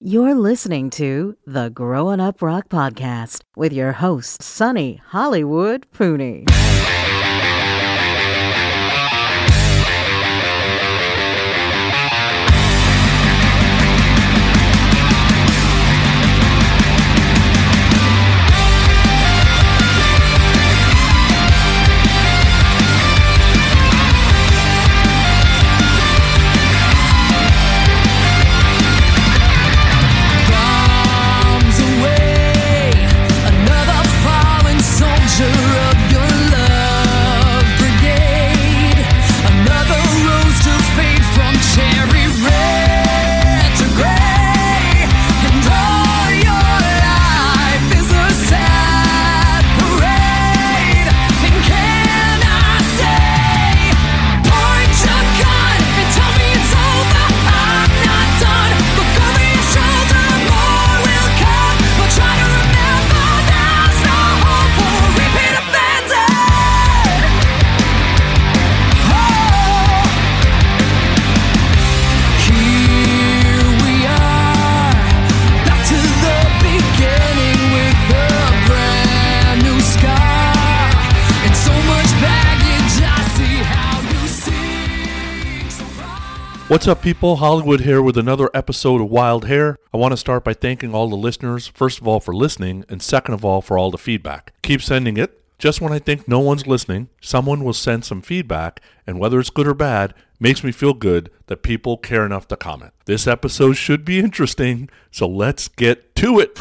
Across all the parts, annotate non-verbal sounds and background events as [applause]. You're listening to the Growing Up Rock Podcast with your host, Sunny Hollywood Pooney. Bombs away, another fallen soldier of your love brigade. Another rose to fade from cherry red to gray. And all your life is a sad parade. And can I say, point your gun and tell me it's over? I'm not done. Look over your shoulder, more will come. But try to remember there's no hope for repeat offenders. Oh. Oh, Here we are, back to the beginning with a brand new scar and so much baggage. I see how you see so far. What's up, people? Hollywood here with another episode of Wild Hair. I want to start by thanking all the listeners, first of all, for listening, and second of all, for all the feedback. Keep sending it. Just when I think no one's listening, someone will send some feedback, and whether it's good or bad, makes me feel good that people care enough to comment. This episode should be interesting, so let's get to it.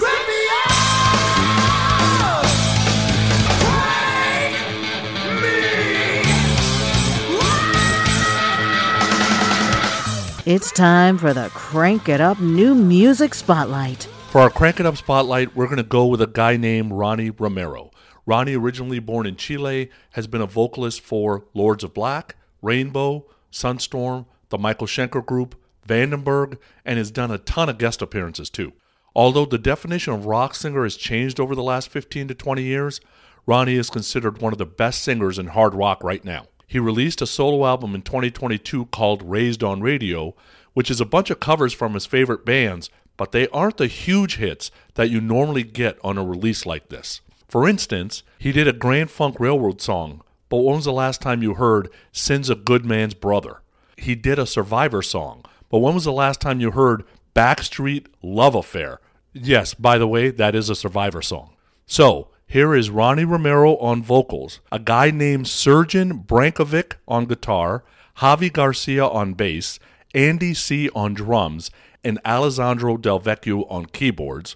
It's time for the Crank It Up New Music Spotlight. For our Crank It Up spotlight, we're going to go with a guy named Ronnie Romero. Ronnie, originally born in Chile, has been a vocalist for Lords of Black, Rainbow, Sunstorm, the Michael Schenker Group, Vandenberg, and has done a ton of guest appearances too. Although the definition of rock singer has changed over the last 15 to 20 years, Ronnie is considered one of the best singers in hard rock right now. He released a solo album in 2022 called Raised on Radio, which is a bunch of covers from his favorite bands, but they aren't the huge hits that you normally get on a release like this. For instance, he did a Grand Funk Railroad song, but when was the last time you heard Sin's a Good Man's Brother? He did a Survivor song, but when was the last time you heard Backstreet Love Affair? Yes, by the way, that is a Survivor song. So, here is Ronnie Romero on vocals, a guy named Surgeon Brankovic on guitar, Javi Garcia on bass, Andy C on drums, and Alessandro Del Vecchio on keyboards,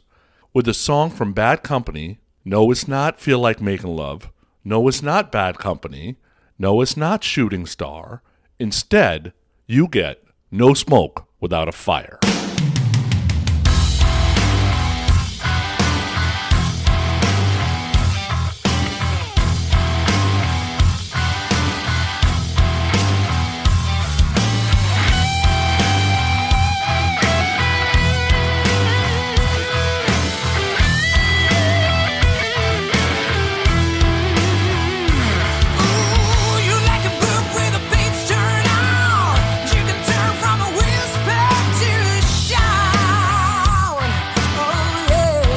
with a song from Bad Company, No It's Not Feel Like Making Love, No It's Not Bad Company, No It's Not Shooting Star. Instead, you get No Smoke Without a Fire. Ooh, you like a book where the pages turn out. You can turn from a whisper to a Oh, Oh, Oh, Oh,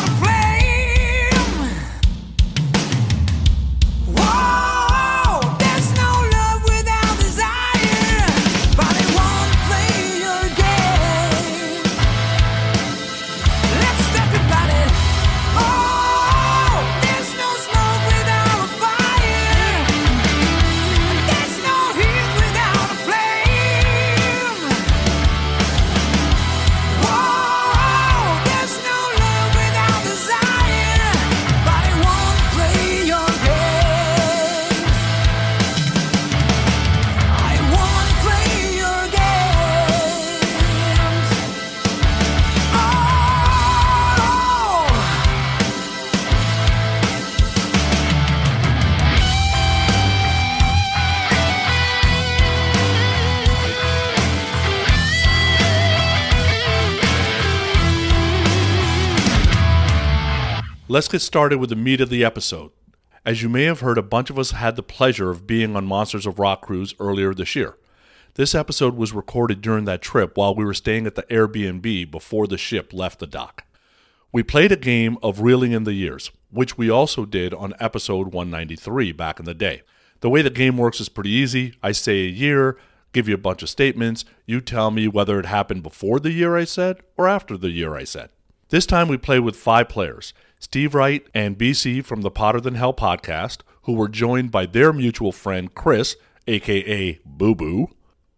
Oh, Oh, Let's get started with the meat of the episode. As you may have heard, a bunch of us had the pleasure of being on Monsters of Rock cruise earlier this year. This episode was recorded during that trip while we were staying at the Airbnb before the ship left the dock. We played a game of Reeling in the Years, which we also did on episode 193 back in the day. The way the game works is pretty easy. I say a year, give you a bunch of statements, you tell me whether it happened before the year I said or after the year I said. This time we played with five players Steve Wright and BC from the Potter Than Hell podcast, who were joined by their mutual friend Chris, aka Boo Boo,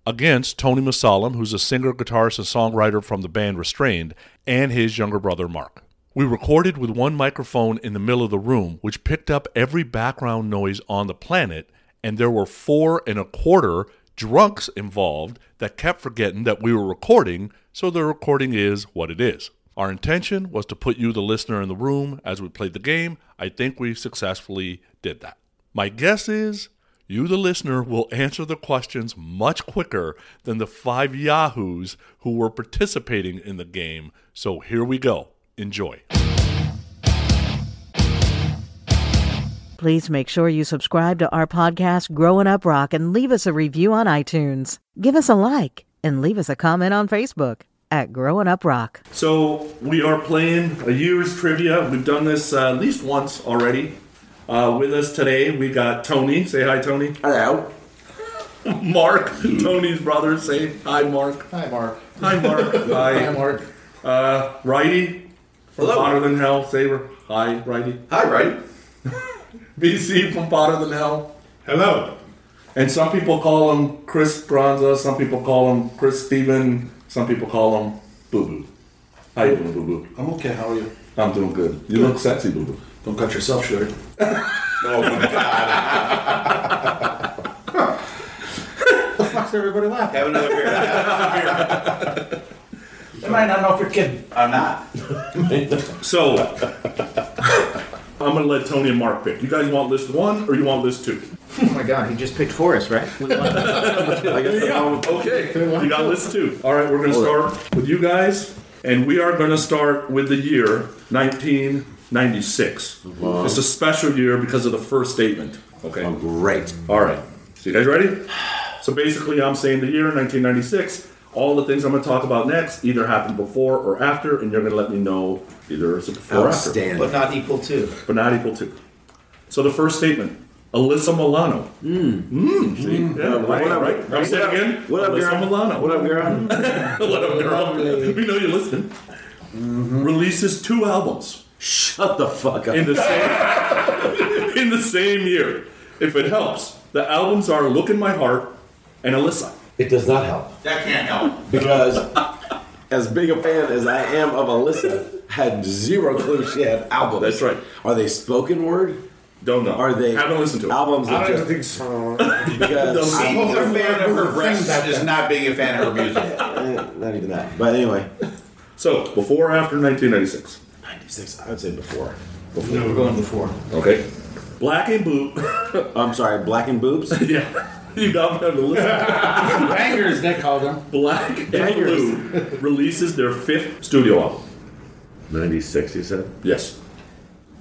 against Tony Masalam, who's a singer, guitarist, and songwriter from the band Restrained, and his younger brother Mark. We recorded with one microphone in the middle of the room, which picked up every background noise on the planet, and there were four and a quarter drunks involved that kept forgetting that we were recording, so the recording is what it is. Our intention was to put you, the listener, in the room as we played the game. I think we successfully did that. My guess is you, the listener, will answer the questions much quicker than the five Yahoos who were participating in the game. So here we go. Enjoy. Please make sure you subscribe to our podcast, Growing Up Rock, and leave us a review on iTunes. Give us a like and leave us a comment on Facebook at Growing Up Rock. So we are playing a year's trivia. We've done this uh, at least once already. Uh, with us today, we got Tony. Say hi, Tony. Hello. [laughs] Mark, Tony's brother. Say hi, Mark. Hi, Mark. Hi, [laughs] Mark. hi, Mark. uh, Righty. From Hello. Potter Than Hell. Say hi, Righty. Hi, Ray. [laughs] BC from Potter Than Hell. Hello. And some people call him Chris Granza, some people call him Chris Steven, some people call him Boo Boo. How you doing, Boo Boo? I'm okay. How are you? I'm doing good. You look sexy, Boo Boo. Don't cut yourself short. Oh my god. Fuck's everybody laughing? Have another beer. Have another beer. They might not know if you're kidding. I'm not. So, I'm going to let Tony and Mark pick. You guys want list one or you want list two? Oh my god, he just picked [laughs] Forrest, right? I guess Okay. You got list two. All right, we're going to start with you guys, and we are going to start with the year 1996. It's a special year because of the first statement. Okay. Oh, great. All right. So you guys ready? So basically, I'm saying the year 1996. All the things I'm going to talk about next either happened before or after, and you're going to let me know either it's a before or after, Outstanding. But not equal to. but not equal to. So the first statement, Alyssa Milano. Mm. Hmm. Mm. See? Yeah, right, What up? right. I'll say it again. What up, Alyssa girl? Milano. What up, [laughs] girl? What up, girl? We know you're listening. Releases two albums Mm-hmm. Shut the fuck up. in the same in the same [laughs] year. If it helps, the albums are "Look in My Heart" and "Alyssa." It does not help That can't help. because, as big a fan as I am of Alyssa, had zero clue she had albums. That's right. Are they spoken word? Don't know. Are they Haven't listened to it. albums? I that don't just- think so. because Being a fan of her breasts is not being a fan of her music. Eh, not even that. But anyway, So before or after 1996. 96. I would say before. no, we're going before. Okay. Black and Blue. [laughs] I'm sorry. Black and boobs. yeah. You got me on the list. Bangers, they call them. Black and Bangers. Blue releases their fifth studio album. 96, you said? Yes.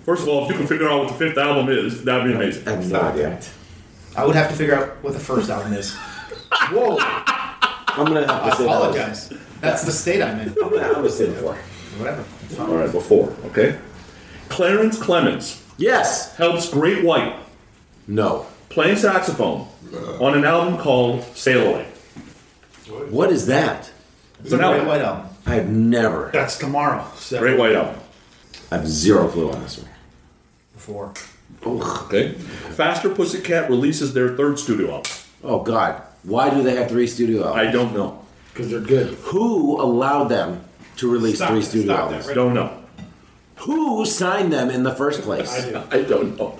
First of all, if you can figure out what the fifth album is, that'd be amazing. I have no idea. I would have to figure out what the first album is. [laughs] Whoa. I'm gonna have to say that was- Apologize. That's the state I'm in. I'm gonna- I'm gonna say before. Whatever. All right, before. Okay. Clarence Clemens Yes. helps Great White No. playing saxophone on an album called Sail Away. What is that? It's an Great album. White Album. I've never. That's tomorrow. So Great White album. I have zero clue on this one. Before. Ugh. Okay. Faster Pussycat releases their third studio album. Oh God. Why do they have three studio albums? I don't know. Because they're good. Who allowed them to release Stop three that, studio stop that, albums? right? Don't know. Who signed them in the first place? [laughs] I don't know.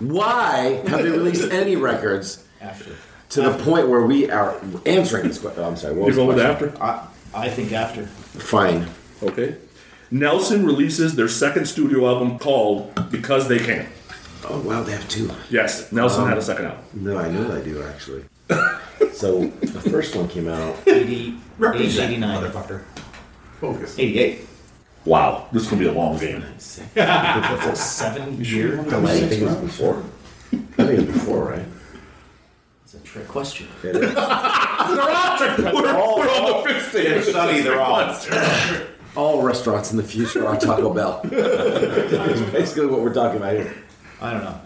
Why have [laughs] they released any records After. to the point where we are answering this question? I'm sorry. What You was go with the after? I, I think after. question? Fine. Okay. Nelson releases their second studio album called Because They Can. Oh wow, they have two. Yes, Nelson had a second album. No, I know they do actually. [laughs] so the first one came out. 80, Represent, 89. motherfucker. Focus. 88. Wow, this is gonna be a long game. That's [laughs] a seven year I delay. think it was before. I think it was before, right? It's a trick question. We're, we're on the fifth day. It's not either or. [laughs] All restaurants in the future are Taco Bell. It's basically what we're talking about here. I don't know.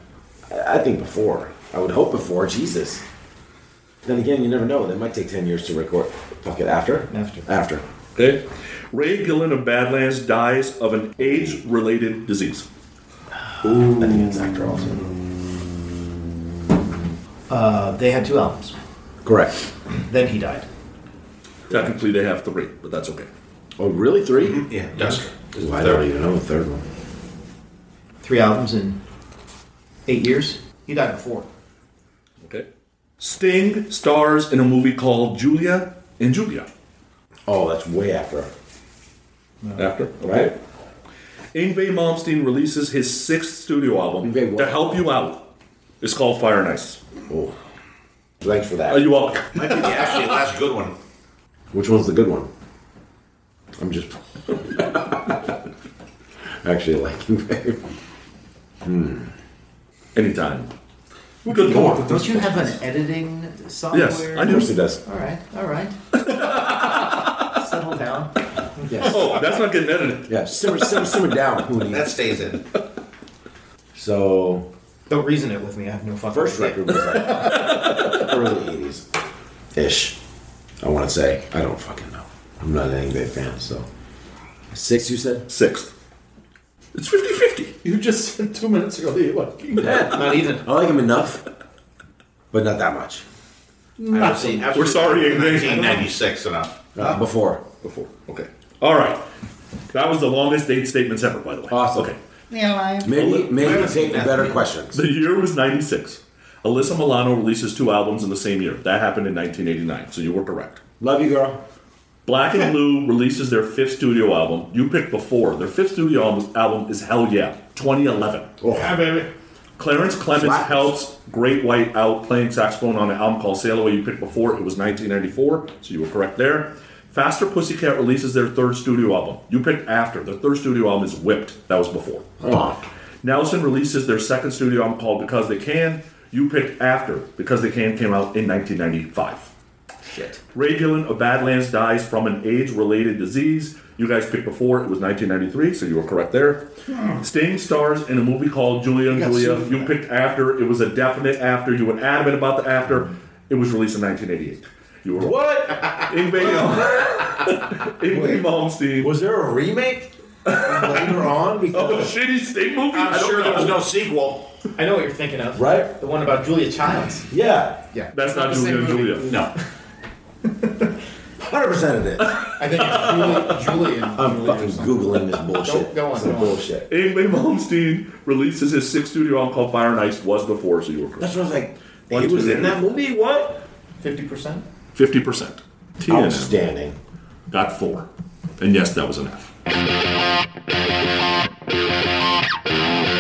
I I think before. I would hope before. Jesus. Then again, you never know. It might take 10 years to record. Fuck it. After? After. After. Okay. Ray Gillen of Badlands dies of an AIDS-related disease. I think it's after also. Uh, they had two albums. Correct. Then he died. Technically, they have three, but that's okay. Oh, really? Mm-hmm. Three? Yeah. Yes. I don't even know the third one. Three albums in eight years. He died before. Okay. Sting stars in a movie called Julia and Julia. Oh, that's way after. After. Right? Ingve Malmsteen releases his sixth studio album Yngwie what? to help you out. It's called Fire and Ice. Oh. Thanks for that. Are you welcome? actually, last good one. Which one's the good one? I'm just [laughs] actually liking [laughs] Hmm. babe. Anytime. Good lord. Don't you have an editing software? Yes, I Of do. course he does. All right, [laughs] all right. Settle down. Yes. Oh, that's not getting edited. Yeah. Simmer, simmer, simmer down, Hooney. That stays in. So Don't reason it with me. I have no fucking first idea. record was [laughs] like early eighties. Ish. I wanna say. I don't fucking know. I'm not an Ingve fan, so six you said? Sixth. It's 50 50. You just said two minutes ago that you like. [laughs] Not even. I like him enough. But not that much. I've seen, I've We're seen sorry, it in Ingrid. 1996 enough. Uh, before. Before. Okay. All right. That was the longest date statements ever, by the way. Awesome. Okay. Maybe maybe haven't take seen the that better yet. questions. The year was 96. Alyssa Milano releases two albums in the same year. That happened in 1989, so you were correct. Love you girl. Black and [laughs] Blue releases their fifth studio album. You picked before. Their fifth studio album, album is Hell Yeah, 2011. Oh. Yeah, baby. Clarence Clemens Slaps. helps Great White out playing saxophone on an album called Sail Away. You picked before. It was 1994, so you were correct there. Faster Pussycat releases their third studio album. You picked after. Their third studio album is Whipped. That was before. Nelson releases their second studio album called Because They Can. You picked after Because They Can came out in 1995. Shit. Ray Gillen of Badlands dies from an AIDS-related disease. You guys picked before. It was 1993, so you were correct there. Sting stars in a movie called Julia and got Julia. sued for You that. picked after. It was a definite after. You were adamant about the after. It was released in 1988. You were what? [laughs] Ingve Ingve Malmsteen. Was there a remake later [laughs] on? Oh, a Because shitty Sting movie. I'm I don't sure there know. was no sequel. I know what you're thinking of. Right? The one about Julia Childs. yeah, Yeah. That's not the Julia same and movie. Julia. No. hundred percent it is. [laughs] I think it's Julie, Julie and I'm Julia or fucking something. googling this bullshit. Don't- go on, Some go on. bullshit. Ingve Malmsteen releases his sixth studio album called Fire and Ice. Was before, so you were correct. That's what I was like. One, he was two, in that movie. What? 50%? Fifty percent. Outstanding. got four. And yes, that was an F. Ah, Ah, Ah, Ah, Ah,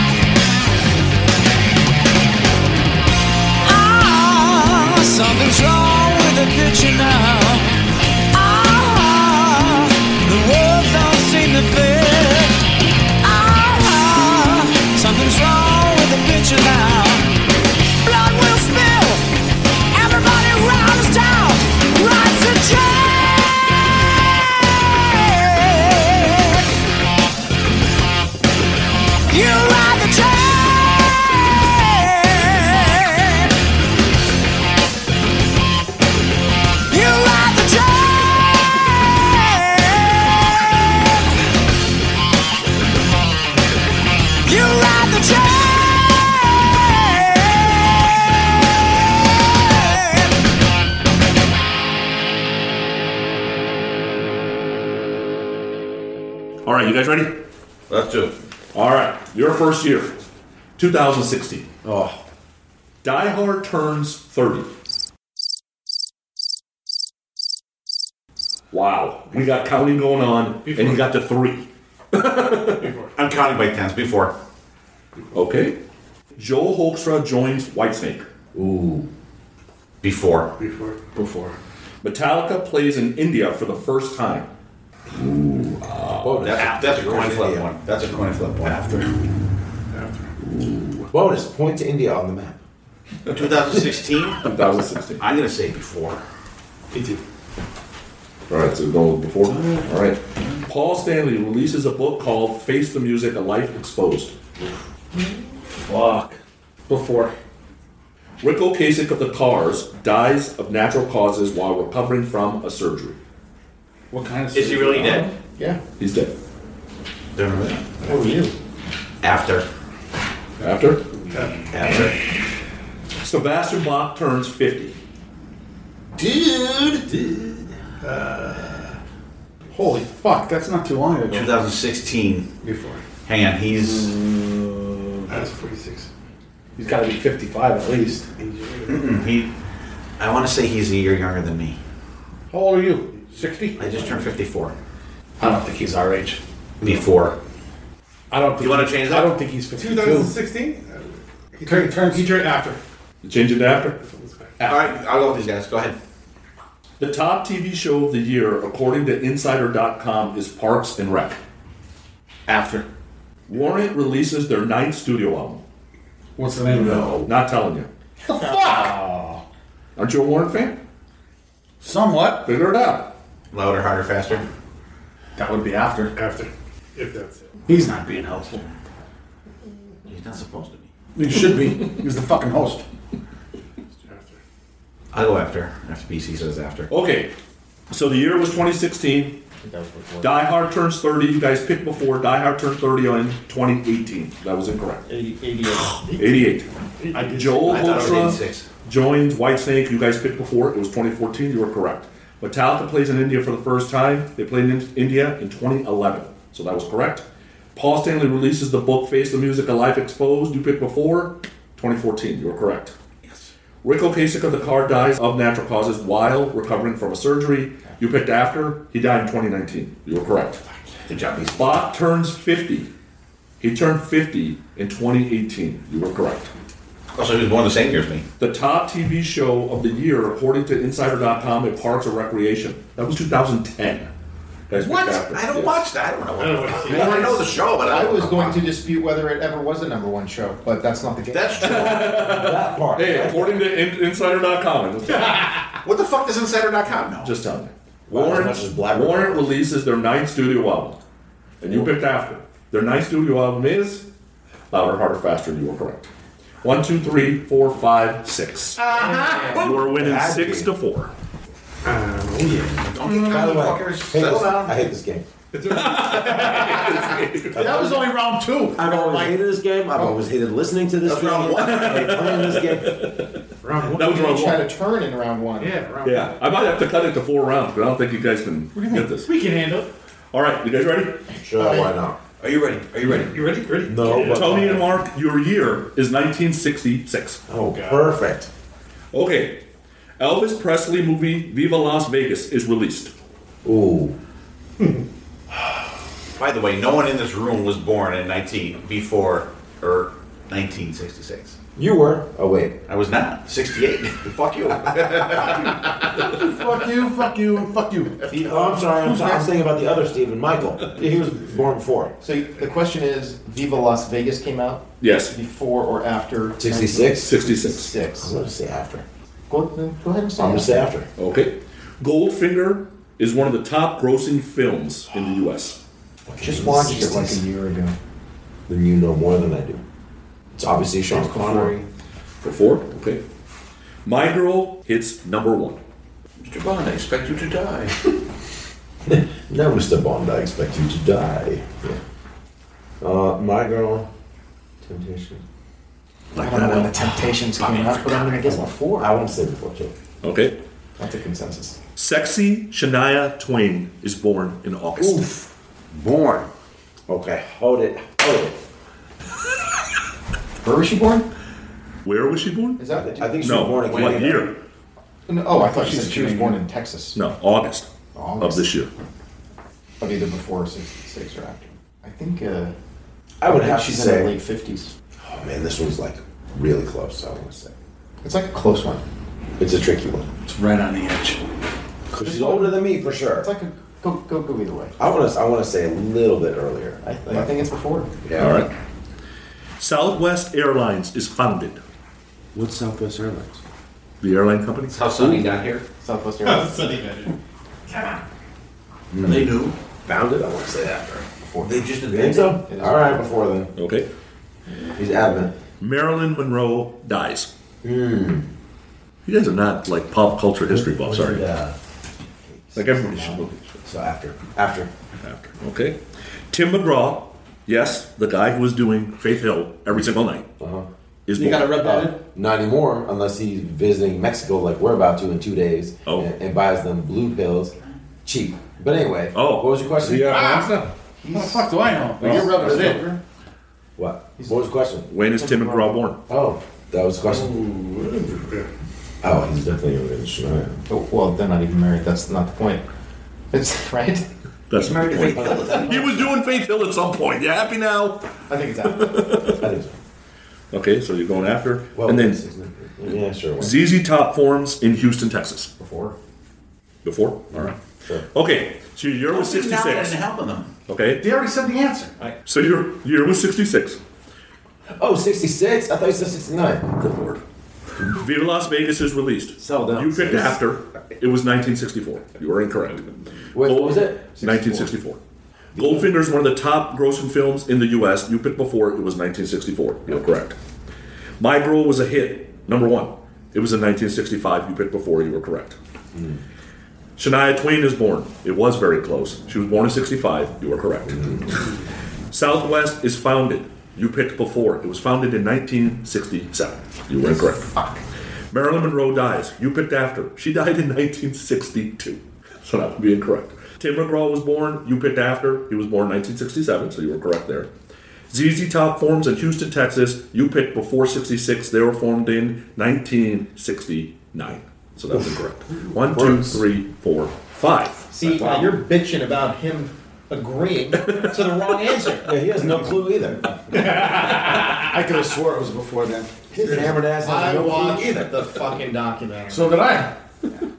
Ah, Ah, Ah, right, you guys ready? Let's do it. All right, your first year, 2016. Oh, Die Hard turns 30. Wow, we got counting going on, and you got to three. [laughs] I'm counting by tens before. Okay. Joel Hoekstra joins Whitesnake. Before. Before. before. Metallica plays in India for the first time. Bonus. That's, that's a coin After flip India. one. That's a coin flip one. After. After. Bonus. Point to India on the map. 2016? 2016. I'm going to say before. All right, so we're going with before. All right. Paul Stanley releases a book called Face the Music, A Life Exposed. Fuck. Before. Rick Ocasek of the Cars dies of natural causes while recovering from a surgery. What kind of? Is he really dead? Yeah. He's dead. Don't know. How are you? After. After? After. Sebastian Bach turns 50. Dude! Uh, Holy fuck! That's not too long ago. 2016. Before. Hang on, he's. Mm, That's 46. He's got to be 55 at least. He. I want to say he's a year younger than me. How old are you? 60. I just turned 54. I don't think he's our age. Before. I don't. Think You wanna change I that? don't think he's 52. 2016? He turned, turned, he turned after. You Change it to after? All right, I'll go with these guys. Go ahead. The top TV show of the year, according to Insider.com, is Parks and Rec. After. Warrant releases their ninth studio album. What's the name of Oh. No, not telling you. Aren't you a Warrant fan? it? Somewhat. Figure it out. Louder, harder, faster. That would be after. After. If that's it. He's not being helpful. He's not supposed to be. He should be. He's the fucking host. After. I'll go after. After BC says after. Okay, so the year was 2016. Die Hard turns 30. You guys picked before. Die Hard turned 30 on 2018. That was incorrect. 88. Joel I thought it was Hoekstra 86. joins Whitesnake. You guys picked before. It was 2014. You were correct. Metallica plays in India for the first time. They played in India in 2011. So that was correct. Paul Stanley releases the book Face the Music A Life Exposed. You picked before. 2014. You were correct. Rick Ocasek of the car dies of natural causes while recovering from a surgery. You picked after. He died in 2019. You were correct. Good job, BC. Bach turns 50. He turned 50 in 2018. You were correct. Also, Oh, he was born the same year [laughs] as me. The top TV show of the year, according to Insider.com, at Parks and Recreation. That was 2010. Guys, What? after. I don't Yes. watch that. I don't know. What I, don't watch I know the show, but I, I don't was know. going to dispute whether it ever was a number one show, but that's not the case. [laughs] That's true. that part. Hey, according to in- Insider.com, it was what the fuck does Insider.com know? just telling you. Wow, as Warren, much as Black River. Warren releases their ninth studio album, and you picked after. Their ninth studio album is Louder, Harder, Faster. You were correct. One, two, three, four, five, six. Uh-huh. You were winning Had to six be. to four. Don't get Mm, By the way, motherfuckers. hey, Settle listen, down. I hate this [laughs] game. [laughs] That was only round two. oh. I've always hated this game. I've always hated listening to this That's game. round one. I hate playing this game. Round one. That was round each had one. a turn in round one. Yeah, round Yeah, I might have to cut it to four rounds, but I don't think you guys can get this. We can handle it. All right, you guys ready? Sure, why not? Are you ready? Are you ready? You ready? Ready? No, but Tony and Mark, your year is 1966. Oh, perfect. Okay, Elvis Presley movie Viva Las Vegas is released. Ooh, By the way, no one in this room was born in 19 before er, or 1966. you were. Oh wait, I was not. 68. [laughs] fuck [laughs] you. Fuck you, fuck [laughs] you, [laughs] and fuck you. He- oh, I'm sorry. I'm, sorry. I'm thinking about the other [laughs] Stephen Michael. He was born before So the question is, Viva Las Vegas came out Yes, before or after 66. 66. 1966? I'm gonna say after. Go, go ahead and I'm say gonna it. say after. Okay. Goldfinger is one of the top grossing films in the US. Just watched it like a year ago. Then you know more than I do. It's obviously Sean Connery. For four? Okay. My Girl hits number one. Mr. Bond, I expect you to die. No, Mr. Bond, I expect you to die. Yeah. Uh, my girl, Temptation. I don't know when the Temptations came out, but I'm gonna guess before. I won't say before too. [laughs] Okay. That's a consensus. Sexy Shania Twain is born in August. Born. Okay, hold it. Hold [laughs] it. Where was she born? Where was she born? Is that the I think she no, was born in what Canada. year? No, oh, I thought she said she was born in Texas. No, August, of August. this year. Of either before 66 or after. I think, uh, I would think have to she's in her say. late 50s. Oh man, this one's like really close. I want to say It's like a close one. it's a tricky one. It's right on the edge. She's older than me for sure. It's like a go go go either way. I want to. I want to say a little bit earlier. I, I think it's before. Yeah. All right. Southwest Airlines is founded. What's Southwest Airlines? The airline company. That's how Sonny got here. Southwest Airlines. They knew. Founded. I want to say after. Before. They just You think invented. so? All right. Before then, Okay. he's adamant. Hmm. Marilyn Monroe dies. You guys are not like pop culture history buffs, are you? Yeah. Like everybody should know these. So after. After. after. Okay. Tim McGraw, yes, the guy who was doing Faith Hill every single night, Uh-huh. is You got born. it red Uh, batted? not anymore, unless he's visiting Mexico like we're about to in two days, Oh. and, and buys them blue pills cheap. But anyway, Oh. what was your question? Ah! Ah! How the fuck do I know? Well, you're rubbing it in. What? What was the question? When is Tim McGraw born? Oh, that was the question. Oh, he's definitely younger than Shania. Oh, well, they're not even married. That's not the point. [laughs] It's right. That's He's married to Faith [laughs] Hill. isn't He was doing Faith Hill at some point. You happy now? I think it's after. [laughs] I think so. Okay, so you're going after. Well, and then it's- yeah, sure. why- ZZ Top forms in Houston, Texas. Before. Before? All right. Sure. Okay, so your year was he? Now they're 66. helping them. Okay, They already said the answer. so your year was 66. Oh, 66? I thought you said 69. Good lord. Viva Las Vegas is released. Sell down. You picked after. It was 1964. You were incorrect. Wait, what was it? 1964. Goldfinger is one of the top grossing films in the U.S. You picked before it was 1964. You're correct. My Girl was a hit, number one. It was in 1965. You picked before. You were correct. mm, Shania Twain is born. It was very close. She was born in 65. You were correct. Southwest is founded. You picked before. It was founded in 1967. You were incorrect. Fuck. Marilyn Monroe dies. You picked after. She died in 1962. So that would be incorrect. Tim McGraw was born. You picked after. He was born in 1967, so you were correct there. ZZ Top forms in Houston, Texas. You picked before 66. They were formed in 1969. So that's incorrect. One, two, three, four, five. See, now you're bitching about him agreeing to the wrong answer. [laughs] Yeah, he has no clue [laughs] either. I could have swore it was before then. His hammered ass has I no clue watched either. the fucking documentary. So did I.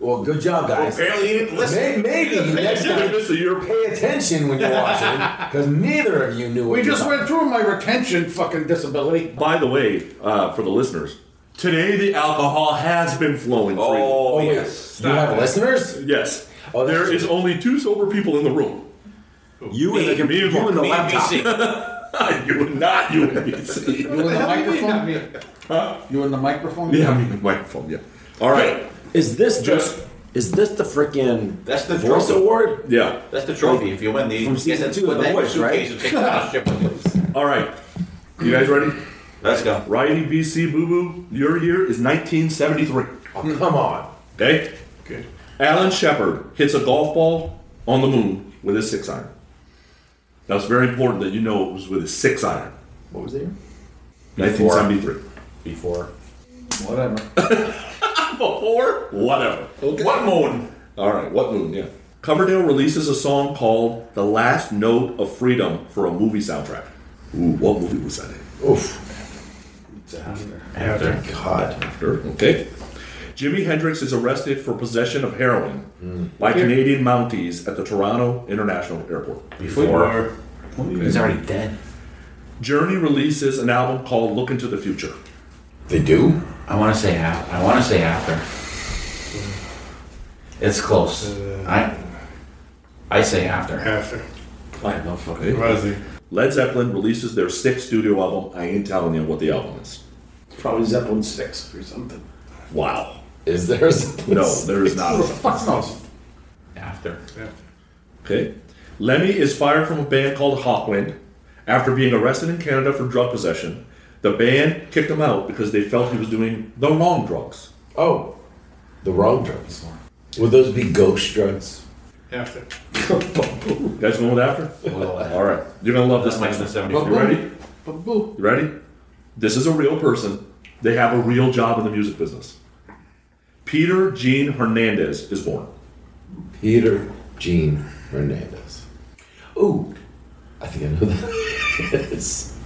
Well, good job, guys. Apparently, he didn't listen. May- Maybe next Did I time miss a year? pay attention when you're watching, because neither of you knew. We What you just thought. went through my retention fucking disability. By the way, uh, for the listeners, today the alcohol has been flowing freely. Oh, Oh, wait. yes. you have listeners. Yes. Oh, that's there true. is only two sober people in the room. You and the, Me and you and the Me and [laughs] laptop. [laughs] BC. you and not you and [laughs] BC. You in the microphone? You in the microphone? yeah, I mean the microphone. Yeah. All right. Is this the, Just- is this the freaking That's the voice trophy. award? Yeah. That's the trophy. If you win the From season get two of put The that in your Voice, right? suitcase and take it on [laughs] a ship with you. All right. You guys ready? Let's go. Riding BC Boo Boo. Your year is 1973. Oh, come on. Okay. Good. Alan Shepard hits a golf ball on the moon with his six iron. Now it's very important that you know it was with his six iron. What was it? 1973. Before. Whatever. [laughs] Before? Whatever. What moon? All right, what moon? Yeah. Coverdale releases a song called "The Last Note of Freedom" for a movie soundtrack. Ooh, what movie was that in? Oof. After. God. Sure. Okay. Jimi Hendrix is arrested for possession of heroin Hmm. by Canadian Mounties at the Toronto International Airport. Before. He's already dead. Journey releases an album called "Look Into the Future." They do. I want to say after. I want to say after. It's close. I I say after. After. I have no fucking. Was he? Led Zeppelin releases their sixth studio album. I ain't telling you what the album is. Probably Zeppelin 6 or something. Wow. Is there? a- No, there is Who the not. fuck knows? After. Okay. Lemmy is fired from a band called Hawkwind after being arrested in Canada for drug possession. The band kicked him out because they felt he was doing the wrong drugs. Oh, the wrong drugs. Would those be ghost drugs? After. You guys going with after? All right. You're going to love this next one. You ready? Ba-boo. You ready? This is a real person. They have a real job in the music business. Peter Gene Hernandez is born. Peter [laughs] Gene Hernandez. Ooh, I think I know that. Yes.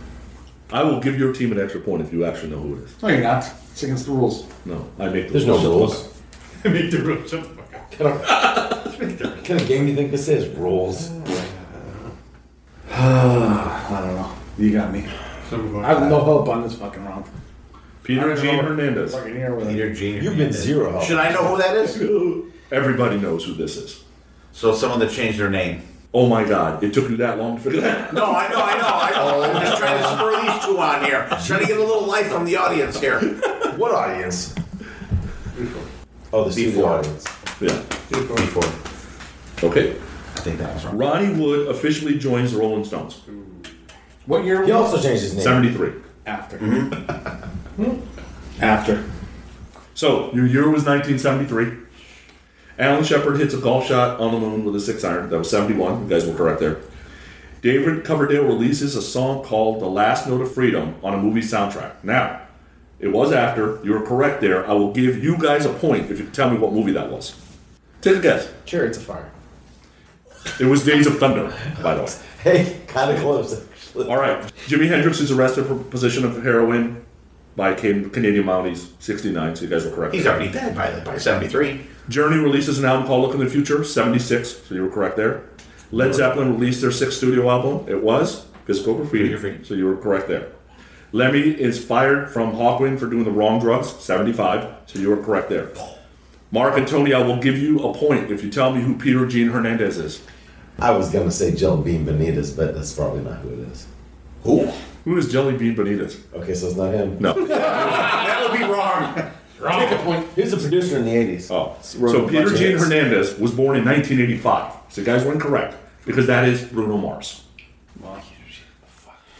I will give your team an extra point if you actually know who it is. No, you're not. It's against the rules. No, I make the There's no Shut the rules. Make the rules. Shut the fuck up. Kind of, [laughs] what kind of game do you think this is? Rules. I don't know. You got me. I have no hope on this fucking round. fuck- Peter Gene Hernandez. Fucking here with it. Peter Gene. You've been zero. help. Should I know who [laughs] that is? Everybody knows who this is. So someone that changed their name. Oh my God! It took you that long to figure that. out? No, I know, I know, I know. I'm just trying to spur these two on here. Trying to get a little life from the audience here. What audience? Oh, the studio Before. audience. Yeah. Before. Okay. I think that was wrong. Ronnie Wood officially joins the Rolling Stones. Mm. What year He also changed his name. Seventy-three. Mm-hmm. after? Hmm. after. So your year was 1973. Alan Shepard hits a golf shot on the moon with a six iron. That was 71. You guys were correct there. David Coverdale releases a song called "The Last Note of Freedom" on a movie soundtrack. Now, it was after. You were correct there. I will give you guys a point if you can tell me what movie that was. Take a guess. Chariots of Fire. It was Days of Thunder, by the way. Hey, kind of close, actually. All right. Jimi Hendrix is arrested for possession of heroin by Can- Canadian Mounties, 69. So you guys were correct. He's already dead by the by 73. Journey releases an album called Look in the Future, 76. So you were correct there. Led Zeppelin released their sixth studio album. It was Physical Graffiti. Graffiti. So you were correct there. Lemmy is fired from Hawkwind for doing the wrong drugs, 75. So you were correct there. Mark and Tony, I will give you a point if you tell me who Peter Gene Hernandez is. I was gonna say Jelly Bean Benitez, but that's probably not who it is. Who? Who is Jelly Bean Benitez? Okay, so it's not him. [laughs] No. That would be wrong. Take a point. He was a producer in the '80s. Oh, Wrote a so bunch Peter of Gene hits. Hernandez was born in 1985. So you guys were incorrect because that is Bruno [laughs] Mars.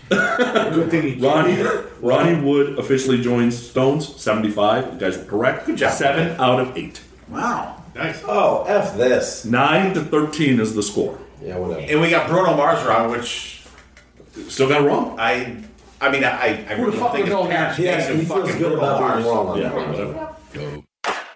Good thing he Ronnie Ronnie Wood officially joins Stones 75. You guys were correct. Good job. Seven out of eight. Wow. Nice. Oh, f this. Nine to 13 is the score. Yeah, whatever. And we got Bruno Mars wrong, which Still got it wrong. I, I mean, I, I Who really the don't fuck would think his know parents that? He, named actually, him he feels fucking good Bruno about being Mars. wrong on Yeah, that. one. [laughs] whatever.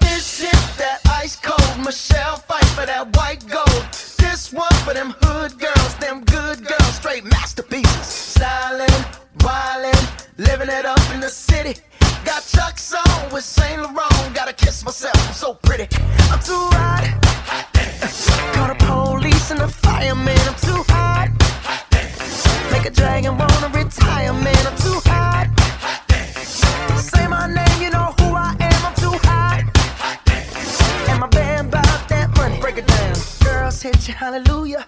This is that ice cold Michelle fight for that white gold. This one for them hood girls, them good girls, straight masterpieces. Styling, wildin', living it up in the city. Got Chuck's on with Saint Laurent. Gotta kiss myself, I'm so pretty. I'm too hot. Call the police and the fireman. I'm too hot. Make a dragon wanna retire, man. I'm too hot. Say my name, you know who I am. I'm too hot. And my band bought that money. Break it down. Girls hit you, hallelujah.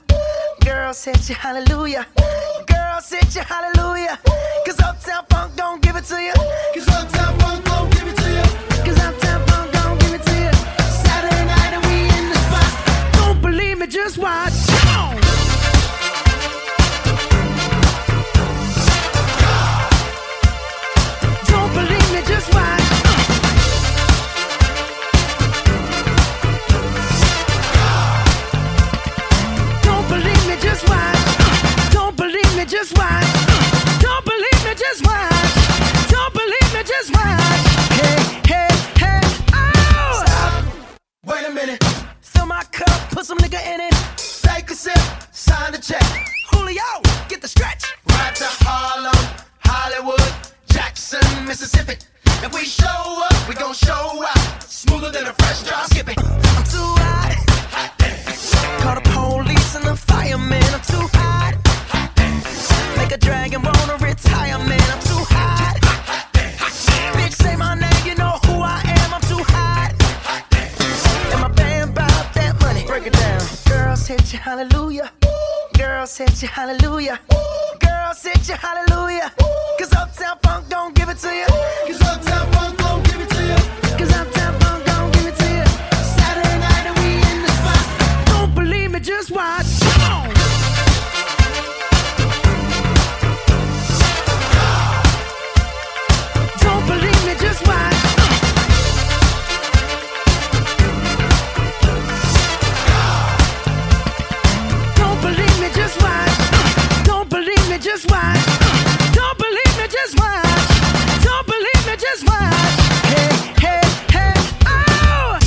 Girls hit you, hallelujah. Girls hit you, hallelujah. Cause Uptown Funk don't give it to you. Cause Uptown Funk don't give it to you. Cause Uptown Funk don't give it to you. Saturday night and we in the spot. Don't believe me, just watch. Don't believe me, just watch. Don't believe me, just watch. Don't believe me, just watch. Don't believe me, just watch. Don't believe me, just watch. Hey, hey, hey, oh! Stop. Wait a minute. Fill my cup, put some nigga in it. Take a sip, sign the check. Julio, get the stretch. Right to Harlem, Hollywood, Jackson, Mississippi. If we show up, we gon' show out. Smoother than a fresh drop. Skip it. I'm too hot. Call the police and the fireman. I'm too hot. Make a dragon wanna retire, man. I'm too hot. Bitch, say my name, you know who I am. I'm too hot. And my band bought that money. Break it down. Girls hit you, hallelujah. Girls hit you, hallelujah. Girls hit you, hallelujah. Cause Uptown Funk don't give it to you. Cause Uptown Funk don't give it to you. Cause Uptown Funk don't give it to you. Saturday night and we in the spot. just watch. Don't believe me, just watch. Don't believe me, just watch. Hey, hey, hey, oh!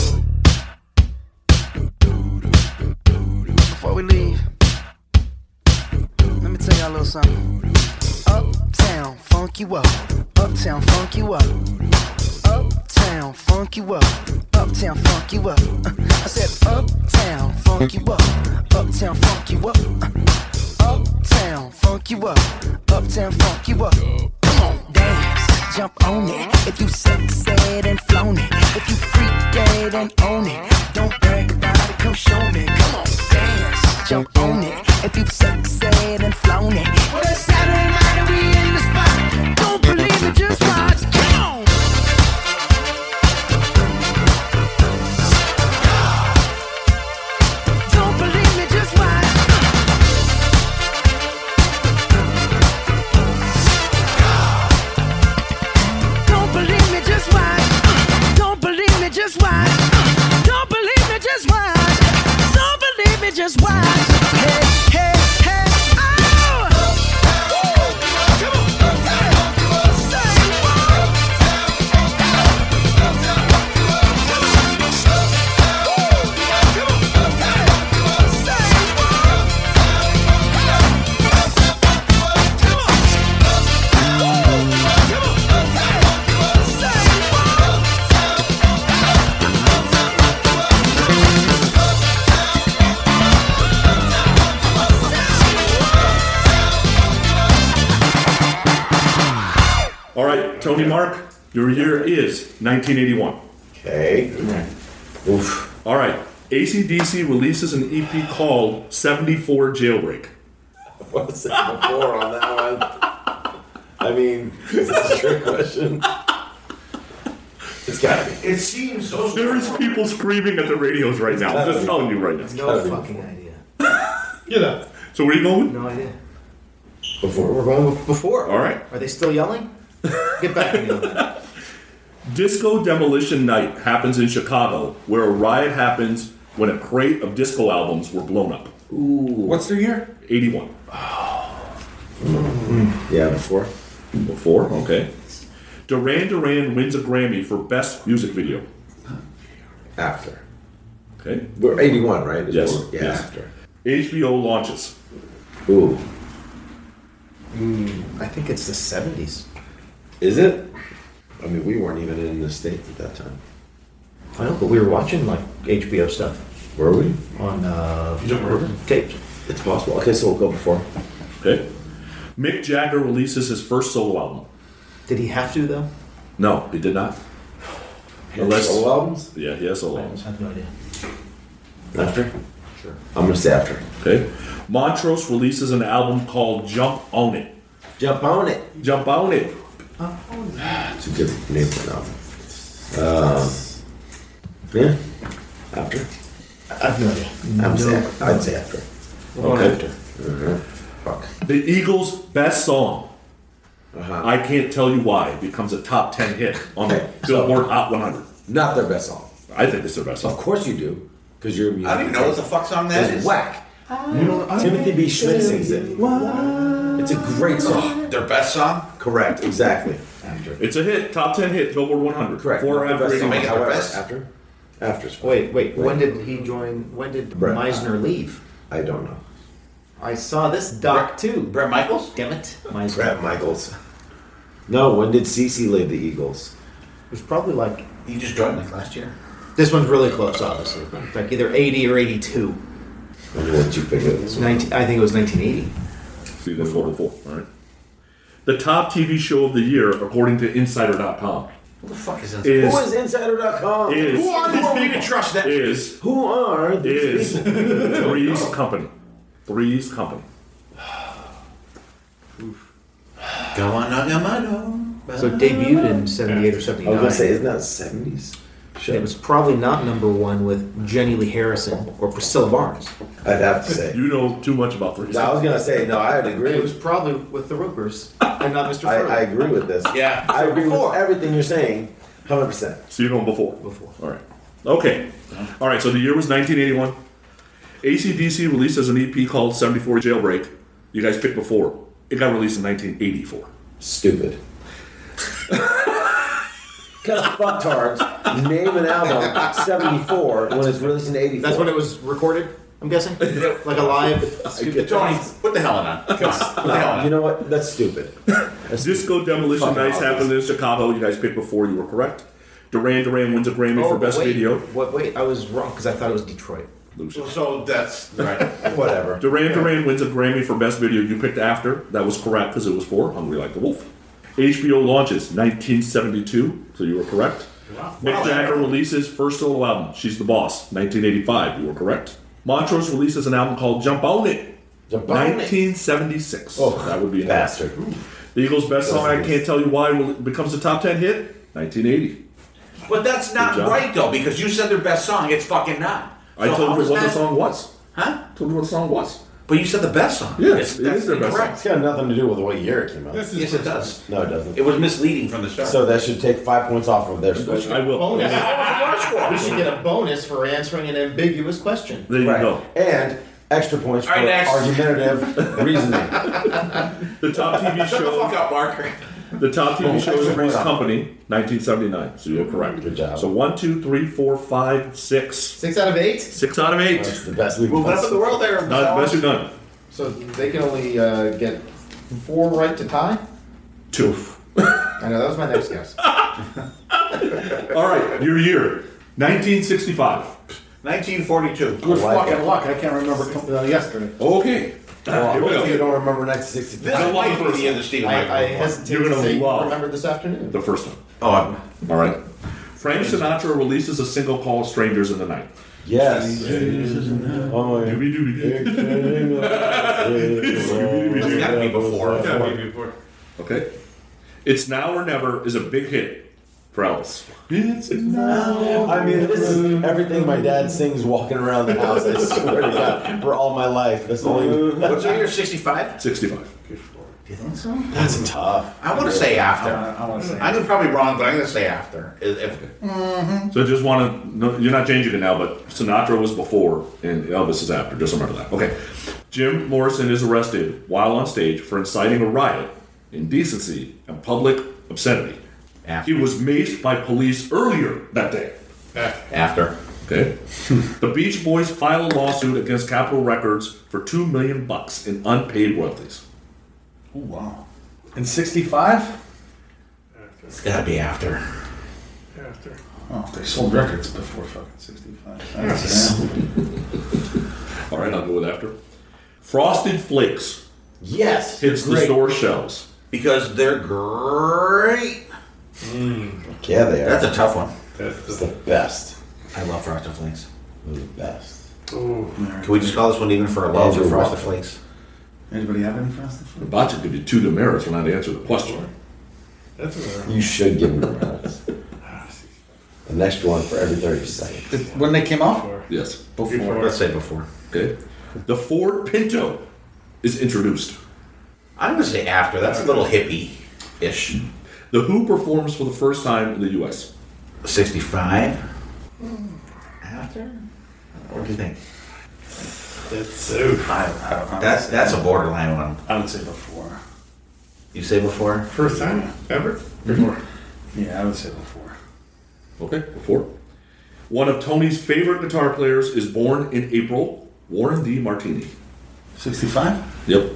Before we leave, let me tell y'all a little something. Uptown, funk you up. Uptown, funk you up. Uptown, funk you up. Uptown, funk you up. Uh, I said, Uptown, funk you up. Uptown, funk you up. Uh, Uptown, funk you up. Uptown, funk you up. Come on, dance, jump on it. If you suck, it and flown it. If you freak dead and own it. Don't brag about it, come show me. Come on, dance, jump on it. If you suck, it and flown it. Well, it's Saturday night and we in the spot. Don't believe it, just watch. Come on. Don't believe me, just watch. Don't believe me, just watch. Uh, Don't believe me, just watch. Uh, Don't believe me, just watch. Don't believe me, just watch. Hey, hey, hey, oh! Come on, say it. Say it. All right, Tony Mark, your year is 1981. Okay. Oof. All right. ACDC releases an EP called 74 Jailbreak. What's that before on that one? I mean, is this a trick question? It's gotta be. It seems so. There is people screaming at the radios right now. I'm just telling you right now. No fucking idea. [laughs] You know. So where are you going? No idea. Before we're going before. All right. Are they still yelling? Get back to me on that. Disco Demolition Night happens in Chicago, where a riot happens when a crate of disco albums were blown up. Ooh. What's their year? 81. Yeah, before. Before, okay. Duran Duran wins a Grammy for Best Music Video. After. Okay. We're 81, right? Is Yes. what we're- yeah, yes. after. HBO launches. Ooh. Mm, I think it's the 70s. Is it? I mean, we weren't even in the States at that time. I know, but we were watching like HBO stuff. Were we? On uh, You don't remember? tapes. It's possible. Okay, so we'll go before. Okay. Mick Jagger releases his first solo album. Did he have to though? No, he did not. had solo albums? Yeah, he has solo albums. I have no idea. After? Sure. I'm gonna say after. Okay. Montrose releases an album called Jump On It. Jump On It. Jump On It. It's a good name for an album. Um, yeah. After? I've no idea. I'm No. say, I'd say after. We're going after. Mhm. The Eagles' best song, I Can't Tell You Why, becomes a top 10 hit on the Billboard Hot 100. Not their best song. I think it's their best song. Of course you do, because you're. I don't even know what the fuck song that is. Whack. You know, Timothy B. Schmidt sings it. It's a great song. Their best song? Correct. Exactly. It's a hit, top 10 hit, Billboard 100. Correct. Four Not the after best song, Eagles. however, best? After. After's fine. Wait, wait. When did he join? When did Brett. Meisner leave? I don't know. I saw this doc too. Brett Michaels? Damn it, Meisner. Brad Michaels. No, when did Cece leave the Eagles? It was probably like You just joined like last year. this one's really close, obviously. Like either 80 or 82. I wonder what you pick It it. was 19, I think it was 1980. See, that's four All right. The top TV show of the year, according to Insider.com, What the fuck is this? is Who is Insider.com? is Who are these people to trust that? is Who are these is people? Three's Company. Three's Company. Go on, knock on my door. So it debuted in 78 or 79. I was gonna say, isn't that seventies? And Shit. it was probably not number one with Jenny Lee Harrison or Priscilla Barnes. I'd have to [laughs] say. You know too much about Three's. No, I was gonna say no. I would agree. It was probably with the Ropers and not Mr. I, I Furley. agree with this. Yeah. I agree with everything you're saying. Hundred percent. So you're going before. Before. All right. Okay. All right. So the year was 1981. E ACDC releases an EP called 74 Jailbreak. You guys picked before. It got released in 1984. Stupid. Because fucktards name an album 74 when it's released in 84. That's when it was recorded, [laughs] I'm guessing? like a live. Tony, put the hell on that. you know what? That's stupid. [laughs] Disco Demolition Fucking Nights obvious. happened in Chicago. You guys picked before. You were correct. Duran Duran wins a Oh, Grammy for but Best Oh, wait, Video. What, wait, I was wrong because I thought it was Detroit. So that's right. [laughs] [laughs] Whatever. Duran Duran wins a Grammy for Best Video. You picked after. That was correct because it was for Hungry Like the Wolf. HBO launches 1972. So you were correct. Mick Jagger releases first solo album, She's the Boss, 1985. You were correct. Montrose releases an album called Jump On It, Jump on it. 1976. Oh, that would be Bastard. The Eagles' best song, I Doesn't- Can't Tell You Why, will- becomes a top 10 hit, 1980. But that's not job. right though, because you said their best song. It's fucking not. I So how told you is what the that- song was. Huh? told you what the song was. But you said the best song. Yes, it is their best song. Correct. It's got nothing to do with what year it came out. Yes, it does. No, it doesn't. It was misleading from the start. So that should take five points [laughs] off of their score. I will. Bonus. Oh, score. We should get a bonus for answering an ambiguous question. There you go. And extra points for All right, next. argumentative reasoning. The top TV Shut the fuck show, up, Mark. the top TV show is extra Three's point. Company, 1979. So you're correct. Good job. So one, two, three, four, five, six. Six out of eight. Six out of eight. That's the best we've Move up in the world there. Not the best you've done. So they can only uh, get four right to tie. [laughs] Two. I know that was my next guess. All right, your year, 1965. 1942. Good like fucking it. luck. I can't remember com- uh, yesterday. Uh, Okay. Here we Well, if you go. don't remember 1965. This I love is might the be the end of Steve I, I Michael. hesitate You're to gonna say love- remember this afternoon. The first one. Oh, I'm- All right. Frank Sinatra releases a single called Strangers in the Night. Yes. Oh my God. [laughs] it's got to be before. Okay. It's Now or Never is a big hit for Elvis. It's I mean, this is everything my dad sings walking around the house. I swear to God, for all my life. That's the only. What's your year? 65? 65. That's tough. I want to say after. I want to say. I'm probably wrong, but I'm going to say after. If- if- Mm. Mm-hmm. So I just want to, no, you're not changing it now, but Sinatra was before and Elvis is after. Just remember that. Okay. Jim Morrison is arrested while on stage for inciting a riot, indecency, and public obscenity. After. He was maced by police earlier that day. After. Okay. [laughs] the Beach Boys file a lawsuit against Capitol Records for two million bucks in unpaid royalties. Oh, wow. In 65? It's got to be after. Oh, they sold records before fucking 65. I understand. All right, I'll go with after. Frosted Flakes Yes. hits the Great. store shelves. Because they're great. Yeah, they are. That's a tough one. It's the best. I love Frosted Flakes. They're the best. Can we just call this one even for a love Andrew of Frosted Waffle. Flakes? Anybody have any Frosted Flakes? I'm about to give you two demerits when I answer the question. You should give them the rounds. An extra one for every 30 seconds. When they came out? Yes. Before. Let's say before. Okay. The Ford Pinto is introduced. I'm going to say after. That's a little hippie ish. The Who performs for the first time in the U.S. 65? After? What do you think? That's that's a borderline one. I would say before. You say before? First time ever? Mm-hmm. Yeah, I would say before. Okay. Before. One of Tony's favorite guitar players is born in April. Warren D. Martini. 65? Yep.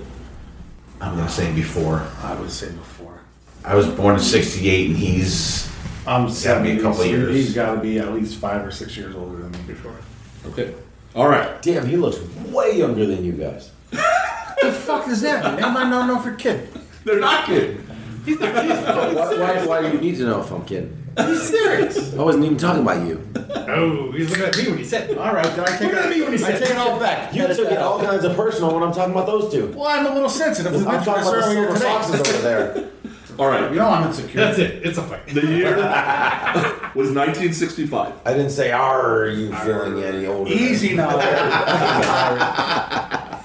I'm gonna say before. I would say before. I was born in '68, and he's I'm gotta be a 70. couple so years. He's got to be at least five or six years older than me. Before. Okay. All right. Damn, he looks way younger than you guys. the fuck does that mean? Am I not know for kid? They're not kidding. [laughs] Why, why, why do you need to know if I'm kidding? He's serious. I wasn't even talking about you. Oh, he's looking at me when he said All right, then I take it. I take it all back. You took it all kinds of personal when I'm talking about those two. Well, I'm a little sensitive. I'm We went talking through about this the earlier silver today. foxes over [laughs] there. All right. You know I'm insecure. That's it. It's a fight. The year was 1965. I didn't say, are you feeling any older? Easy now.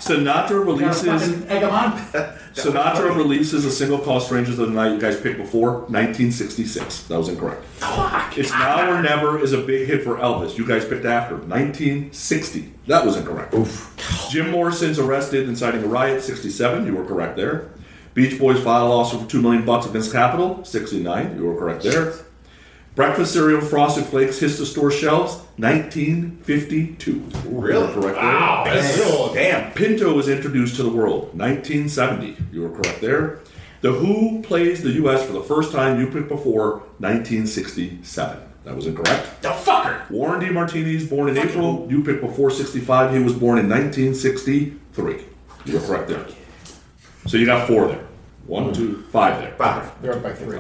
Sinatra releases Egg him on. Sinatra releases a single called "Strangers of the Night." You guys picked before 1966. That was incorrect. It's "Now or Never" is a big hit for Elvis. You guys picked after 1960. That was incorrect. Oof. Jim Morrison's arrested inciting a riot. 67. You were correct there. Beach Boys filed a lawsuit for two million bucks against Capitol, sixty-nine. You were correct there. Breakfast cereal Frosted Flakes hits the store shelves, nineteen fifty-two. Really? Wow, that's still- damn. Pinto was introduced to the world, nineteen seventy. You were correct there. The Who plays the U.S. for the first time. You picked before nineteen sixty-seven. That was incorrect. The fucker. Warren D. Martini is born in April. You picked before sixty-five. He was born in nineteen sixty-three. You were correct there. So you got four there. One, two, five there. Five. They're up by three.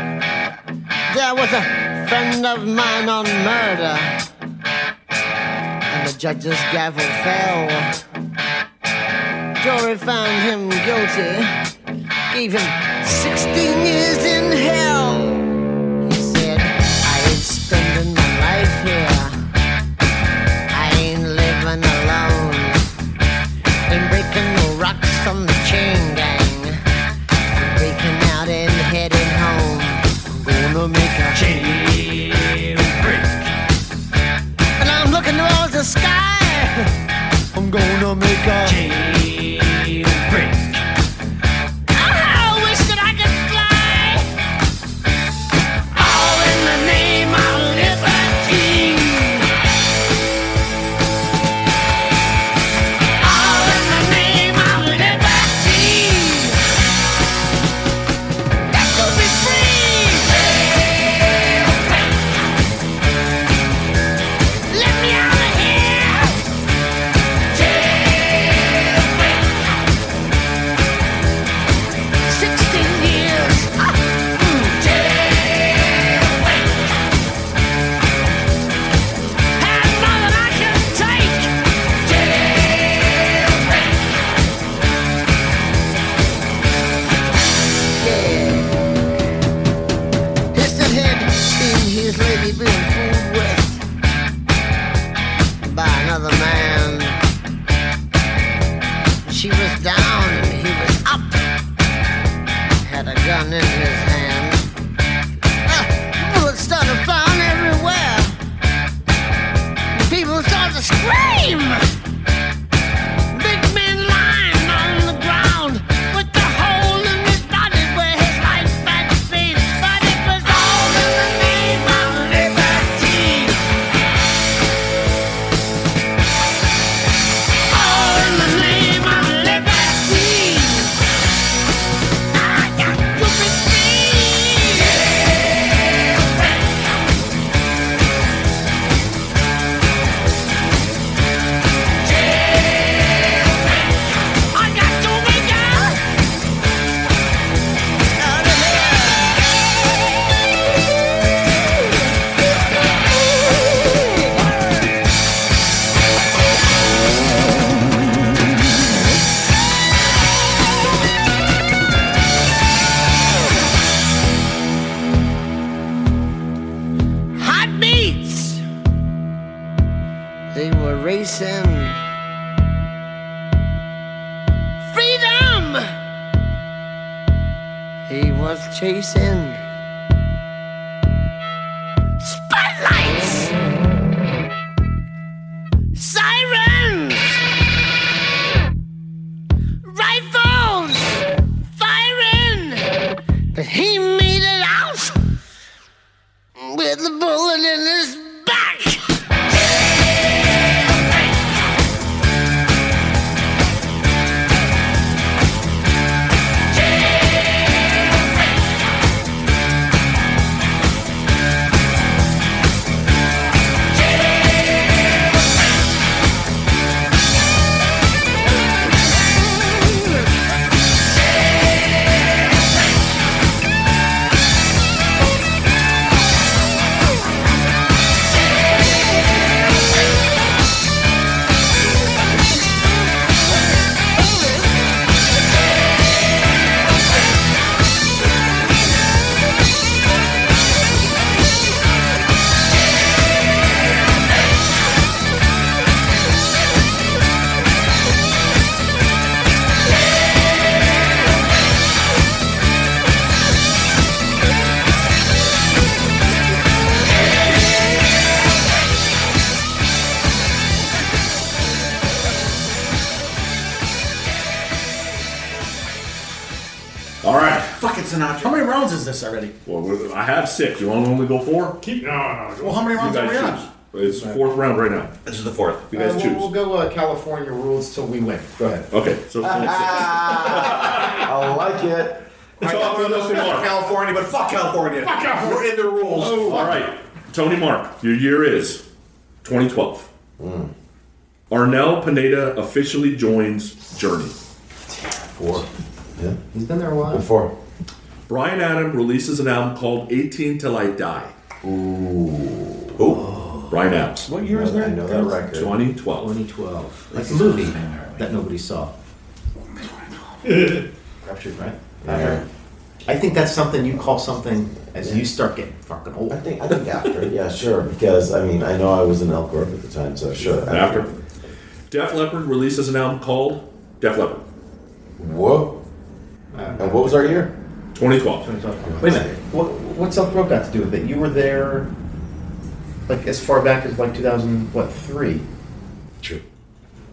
There was a friend of mine on murder, and the judge's gavel fell. Jury found him guilty, gave him 16 years in hell. He said, I ain't spending my life here, I ain't living alone. Been breaking the rocks from the chain gang, Been breaking out and heading home. Gonna make a jailbreak. And I'm looking towards the sky. I'm gonna make a jailbreak. I wish that I could fly. All in the name of liberty. All in the name of liberty. That could be free. Let me out of here. Jailbreak. Sixteen years. Ah, mm, Jailbreak. Had more than I can take. Jailbreak. His head seen his lady being fooled with by another man. She was down and he was up. Had a gun in his hand. Ah, bullets started flying everywhere. People started to scream. Big men lying on the ground with the hole in his body where his life had been. But it was all in the name of liberty. All in the name of liberty. I got to be free. I got to wake up. Hot beats. They were racing. Freedom. He was chasing. Spotlights. Sirens. Rifles. Firing. But he made it out with the bullet in his back. Sinatra. How many rounds is this already? Well, we're- I have six. You want to only go four? Keep no, no. Well, how many rounds are we on? It's fourth round right now. This is the fourth. You guys Uh, we'll, choose. we'll go uh, California rules till we win. Go ahead. Okay, [laughs] [laughs] so I like it. It's all for those who want. California, but fuck California. Oh, Fuck California. We're in the rules. all right, Tony Mark, your year is 2012. Arnell Pineda officially joins Journey. Four. Yeah. He's been there a while. Before. Brian Adam releases an album called 18 Till I Die. Ooh. Oh. Brian Adams. What year is that? I know that record. 2012. 2012. That's a movie that [laughs] nobody saw. Raptured, right? Yeah. I think that's something you call something as you start getting fucking old. I think I think after. Yeah, sure. Because I mean, I know I was in Elk Grove at the time, so sure. After. Def Leppard releases an album called Def Leppard. Whoa. And what was our year? 2012. Uh, Wait a minute. What, what's Elk Grove got to do with it? You were there, like as far back as like 2000, what three? True.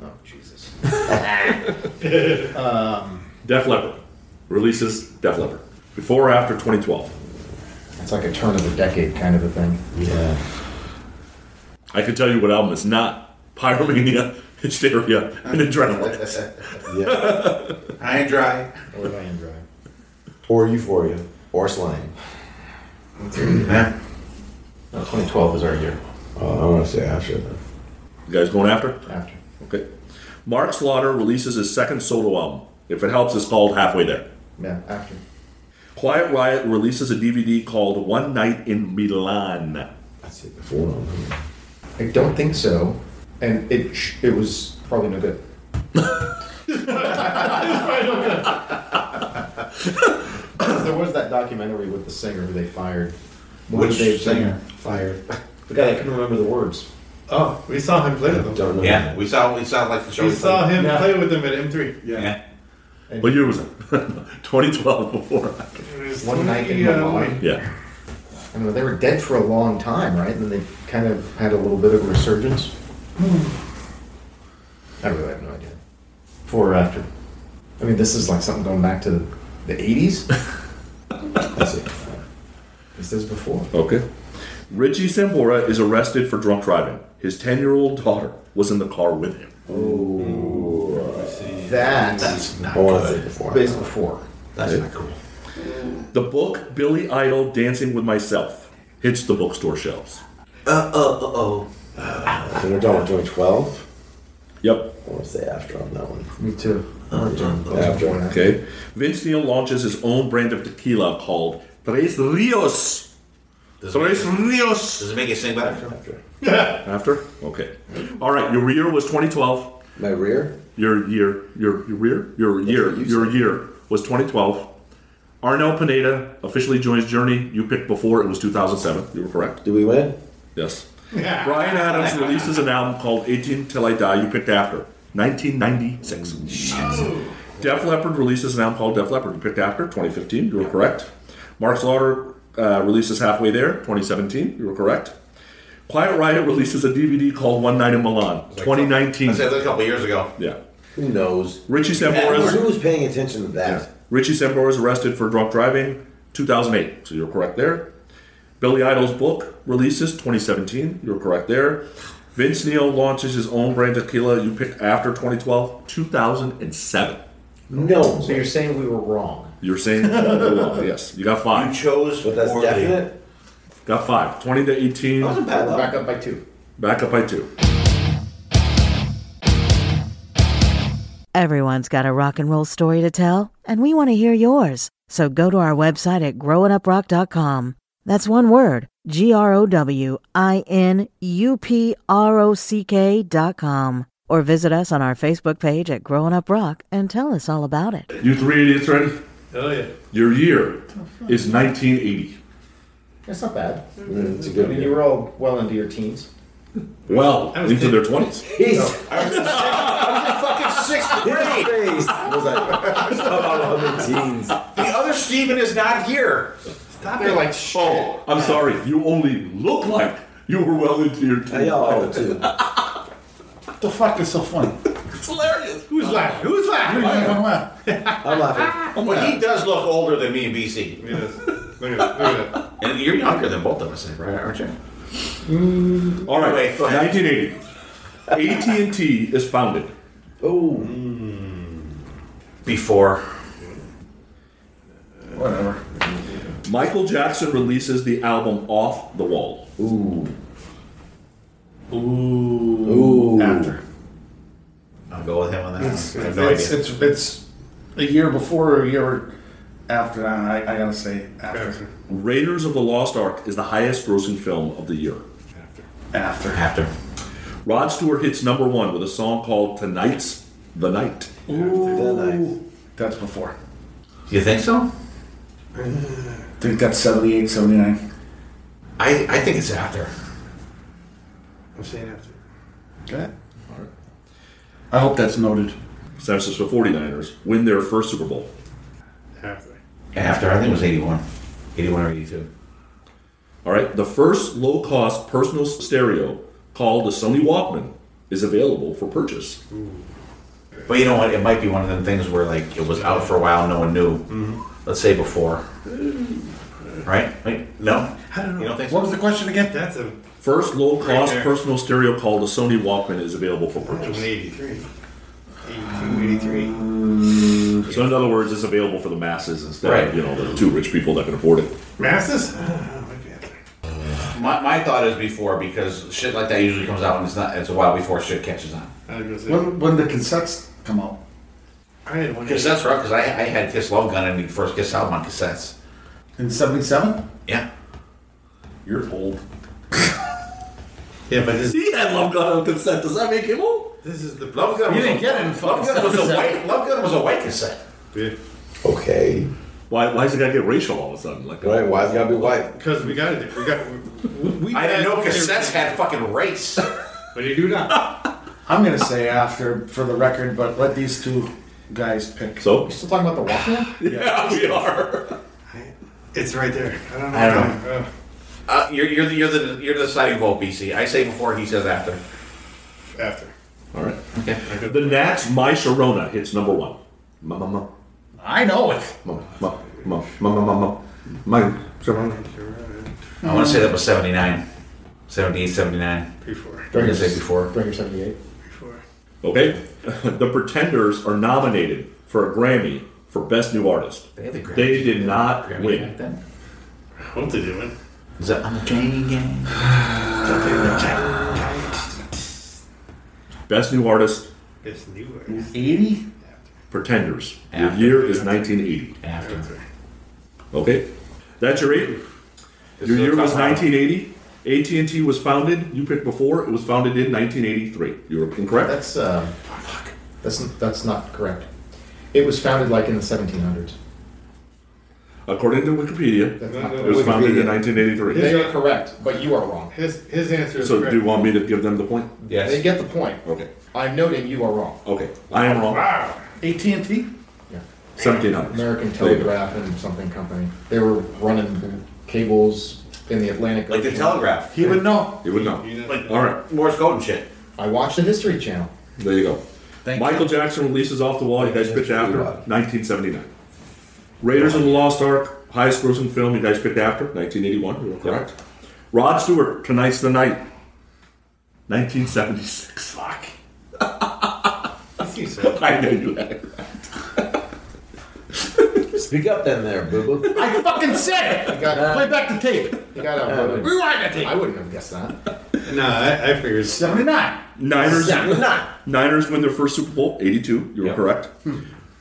Oh Jesus. [laughs] um, Def Leppard releases Def Leppard. Before or after 2012? it's like a turn of the decade kind of a thing. Yeah. I can tell you what album is not Pyromania, [laughs] Hysteria, and Adrenaline. [laughs] Yeah. I ain't dry. Or I am dry. Or Euphoria. Or Slime. Yeah. No, 2012 was our year. Oh, I want to say after then. You guys going after? After. Okay. Mark Slaughter releases his second solo album. If it helps, it's called Halfway There. Yeah, after. Quiet Riot releases a DVD called One Night in Milan. That's it before. I don't think Oh. so, and it sh- it was probably no good. [coughs] there was that documentary with the singer who they fired. What Which did they- singer? Fired. [laughs] The guy that couldn't remember the words. Oh, we saw him play with them. Don't Yeah, we saw we saw like the show. We saw him Yeah. play with them at M3. Yeah. What year [laughs] was it? 2012 before. One night in 20, uh, Milan. Yeah. I don't know. They were dead for a long time, right? And then they kind of had a little bit of a resurgence. I really have no idea. Before or after? I mean, this is like something going back to [laughs] the 80s. Let's see. This is before. Okay. Richie Sambora is arrested for drunk driving. His 10 year old daughter was in the car with him. Oh, That That's not I want to say before. But it's before. That's not cool. The book Billy Idol Dancing with Myself hits the bookstore shelves. Uh oh uh Uh, so we're done with 2012. Yep. I want to say after on that one. Me too. After. Okay. Vince Neil launches his own brand of tequila called Tres Rios. Tres Rios. Does it make you sing better? After? Okay. All right, your year was 2012. My rear? Your year, your, your rear, your year, your year was 2012. Arnell Pineda officially joins Journey. You picked before it was 2007. You were correct. Did we win? Yes. Brian Adams releases an album called 18 Till I Die. You picked after 1996. Def Leppard releases an album called Def Leppard. You picked after 2015. You were correct. Mark Slaughter uh, releases Halfway There 2017. You were correct. Quiet Riot releases a DVD called One Night in Milan 2019. I said that [laughs] a couple years ago. Yeah. Who knows? Richie Yeah, Sambora. Who was paying attention to that? Richie Sambora is arrested for drunk driving 2008. So you're correct there. Billy Idol's book releases 2017. You're correct there. Vince Neil launches his own brand tequila. You picked after 2012, 2007. No. So you're saying we were wrong. You're saying you're wrong. yes, you got five. You chose, but that's poorly. definite. Got five. 20 to 18. We're back up by two. Back up by two. Everyone's got a rock and roll story to tell, and we want to hear yours. So go to our website at growinguprock.com. That's one word, G R O W I N U P R O C K dot com. Or visit us on our Facebook page at Growing Up Rock and tell us all about it. You three idiots ready? Oh yeah. Your year is 1980. That's not bad. Mm-hmm. Mm, it's a I good mean, year. you were all well into your teens. Well, I was into thinking- their 20s. fucking sixth grade. The other Steven is not here. Stop They're like, oh, I'm sorry. You only look like you were well into your teens. I know, I do too. the fuck is so funny? It's hilarious. Who's laughing? Who's laughing? Who's laughing? I'm laughing. Well, Oh, he does look older than me and BC. He does. Look at that. Look at that. And you're younger than both of us, right? Aren't you? All right, Wait, go ahead. 1980. AT and T is founded. Oh. Before. Whatever. Michael Jackson releases the album Off the Wall. Ooh. Ooh. After. I'll go with him on that. one. It's, I it's, have no idea. it's, it's a year before or a year after that. I, I gotta say after. Raiders of the Lost Ark is the highest grossing film of the year. After. After. Rod Stewart hits number one with a song called Tonight's the Night. Ooh. That's before. Do you think so? I think that's 78, 79. I, I think it's after. I'm saying after. Okay. I hope that's noted. San Francisco 49ers win their first Super Bowl. After. After, I think it was 81. 81 or 82. All right, the first low cost personal stereo called the Sony Walkman is available for purchase. But you know what? It might be one of them things where like it was out for a while, no one knew. Let's say before, right? Wait, no. I don't know. You don't think so? What was the question again? That's a First low cost Right there. personal stereo called the Sony Walkman is available for that was purchase. 83. 82, 83. So, in other words, it's available for the masses instead Right. of you know the two rich people that can afford it. Masses? My, my thought is before because shit like that usually comes out and it's not. It's a while before shit catches on. I was gonna say- When, when did cassettes come out? I had one. Because that's right. Because I, I had Kiss Love Gun and the first Kiss album on cassettes. In 77? Yeah. You're [laughs] old. Yeah, but this, He had Love Gun on consent. Does that make him old? this is the Love Gun. You was didn't a- get it in Love fucking Gun was a 77. white. Love Gun was a white cassette. Okay. Why? Why's it gotta get racial all of a sudden? Like, Right? Why's it gotta be white? Because we got it. We got. We, we I didn't had know cassettes had fucking [laughs] race. But you do not. I'm gonna say after for the record, but let these two guys pick. so Still talking about the Walkman? yeah, we are. [laughs] It's right there. I don't know. I don't know. Uh, you're, you're the you're the you're the deciding vote, BC. I say before, he says after. after. All right. Okay. The Nats, My Sharona hits number one. Ma ma ma I know it. ma ma ma ma ma ma ma. My Sharona. I want to say that was 79. 78, 79. Before. I'm gonna say before. Bring your 78. Before. Okay. [laughs] the Pretenders are nominated for a Grammy for Best New Artist. They had the Grammy- They did not Grammy win. back then. I hope they do win. Is that on the chain gang? [sighs] Best New Artist, It's newer. 80? Pretenders. After. Your year is 1980. After. Okay. That's your eight. Your year was 1980. AT&T was founded. You picked before. It was founded in 1983. You were incorrect. That's uh, that's that's not correct. It was founded like in the 1700s. According to Wikipedia, That's not no, it correct. was founded in They 1983. are correct, but you are wrong. His his answer is So correct. do you want me to give them the point? They Yes. get the point. Okay. I'm noting you are wrong. Okay. I am wrong. Wow. AT and T. Yeah. 1700. American Telegraph and something company. They were running cables in the Atlantic Like the Ocean. Telegraph. He would know. You would know. All right. Morse code and shit. I watched the History Channel. There you go. Thank Michael Jackson releases Off the Wall. You guys picked after Yeah. 1979. Raiders of the Lost Ark, highest grossing film. You guys picked after 1981. You were correct. Rod Stewart, Tonight's the Night. 1976. Fuck. I know you had. it. Speak up then, there, boo boo. I fucking said it. You got Play back the tape. You got outvoted. Rewind the tape. I wouldn't have guessed that. [laughs] No, I, I figured. Seventy nine. Niners. Seventy nine. Niners win their first Super Bowl. 82. You were correct.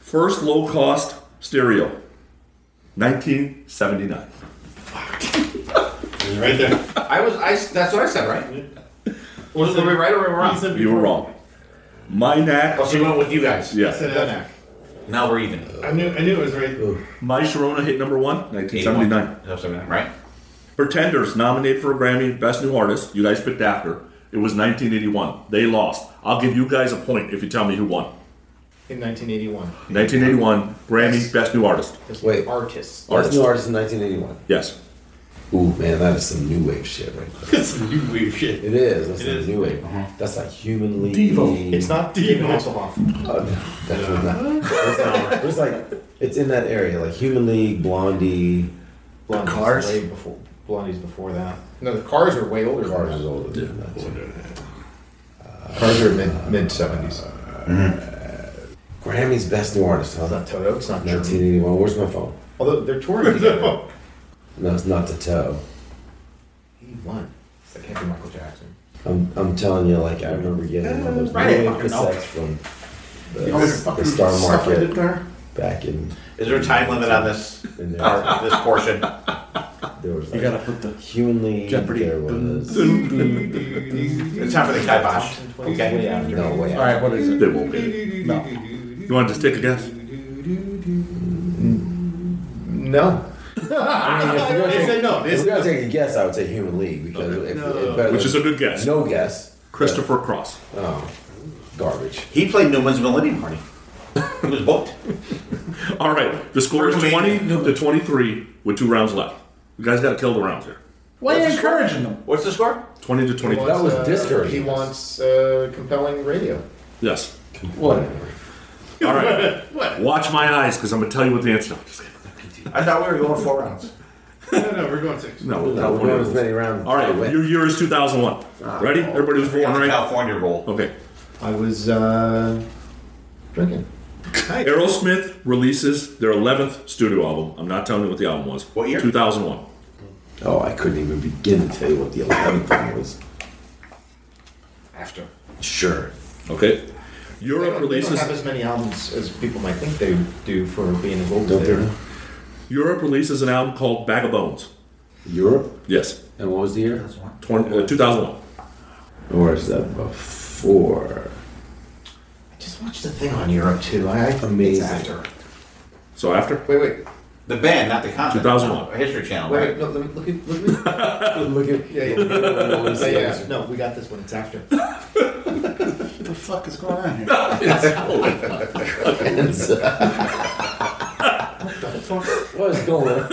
First low cost stereo. 1979. It's right there. I was. I. s- That's what I said, right? Was it right or wrong? said You were wrong. My Nat. Oh, so we went with you guys. Yeah. said after. Now we're even. I knew I knew it was right. My Sharona hit number one, 1979. 81. No, 79, right? Pretenders nominated for a Grammy Best New Artist. You guys picked after. It was 1981. They lost. I'll give you guys a point if you tell me who won. In 1981. 1981 Grammy Best New Artist. Just Wait. Artists. Artist. New artist in 1981. Yes. Ooh, man, that is some new wave shit right there. That's some new wave shit. It is. That's some new wave. That's like humanly. Devo. It's not David Hasselhoff. Oh, no, definitely not. There's [laughs] like, there's like, it's in that area, like Human League, Blondie, Blondie's Cars. way before Blondie's before that. No, the Cars are way older. Cars is older than that. too. Cars are mid mid seventies. Grammy's Best New Artist, huh? It's not Toto. It's not Germany. 1981. Where's my phone? Although they're touring together. No, it's not the toe. He won. That can't be Michael Jackson. I'm, I'm telling you, like, I remember getting one of those Right, new I wave fucking know. cassettes from the, You know this the fucking Star stuff I did there? Market back in. Is there a time limit on this? In Or this portion? There was You like gotta put the humanly Jeopardy. There was It's time for the kibosh. Okay. Way after. No way. All right, what is it? They won't get it. No. You want to just take a guess? No. [laughs] I mean, if we're gonna They take- said no. They if said we're gonna take a guess, I would say Human League because if, it better Which than- is a good guess. No guess. Christopher Cross. Oh, garbage. He played Newman's Millennium Party. He was booked. [laughs] All right, the score is 20 to 23 with two rounds left. You guys got to kill the rounds here. Why What's are the you score? encouraging them? What's the score? 20 to 23. He wants uh, compelling radio. Yes. What? All [laughs] right. Watch my eyes because I'm going to tell you what the answer is. I thought we were going four rounds. No, no, we're going six. No, No, we're going as many rounds. All right, your year is 2001. Ah. Ready? Everybody was born, right? California roll. Okay. I was uh, drinking. Aerosmith releases their 11th studio album. I'm not telling you what the album was. What year? 2001. Oh, I couldn't even begin to tell you what the 11th one was. After. Sure. Okay. They Europe don't, they don't releases have as many albums as people might think they do for being as old Don't as they they? are. Europe releases an album called Bag of Bones. Europe? Yes. And what was the year? 20, uh, 2001. Or is that before? Just watch the thing on Europe too. I amazing. It's after. So after? Wait, wait, The band, not the concert. 2001. History Channel, wait. right? No, let me, look at look at Look at yeah yeah. yeah, yeah, yeah. No, we got this one. It's after. What [laughs] the fuck is going [laughs] on here? [laughs] What is going on?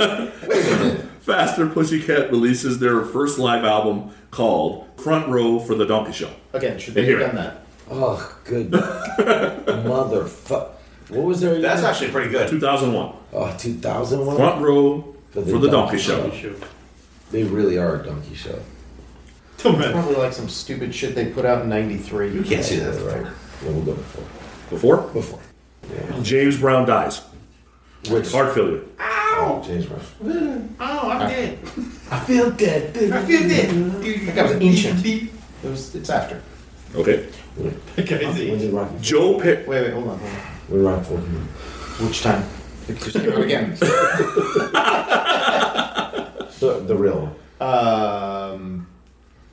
Wait a minute. [laughs] Faster Pussycat releases their first live album called Front Row for the Donkey Show. Again, should They they have hear done that? Oh, [laughs] good motherfuck. What was their year? That's actually pretty good. 2001. Oh, 2001? Front Row for the, Donkey, Show. [laughs] They really are a donkey show. It's probably like some stupid shit they put out in '93. You can't see that. right? Yeah, we'll go before. Before? Before. James Brown dies. Which? Heart failure. Oh, James Brown. Oh, I'm dead. I feel dead. I feel dead. That guy was ancient. It was, it's after. Okay. When did Rocky? Joe Pick. Wait, wait, hold on, hold When Rocky Ford came on. Which time? It just came out again. out. [laughs] The, the real one. Um,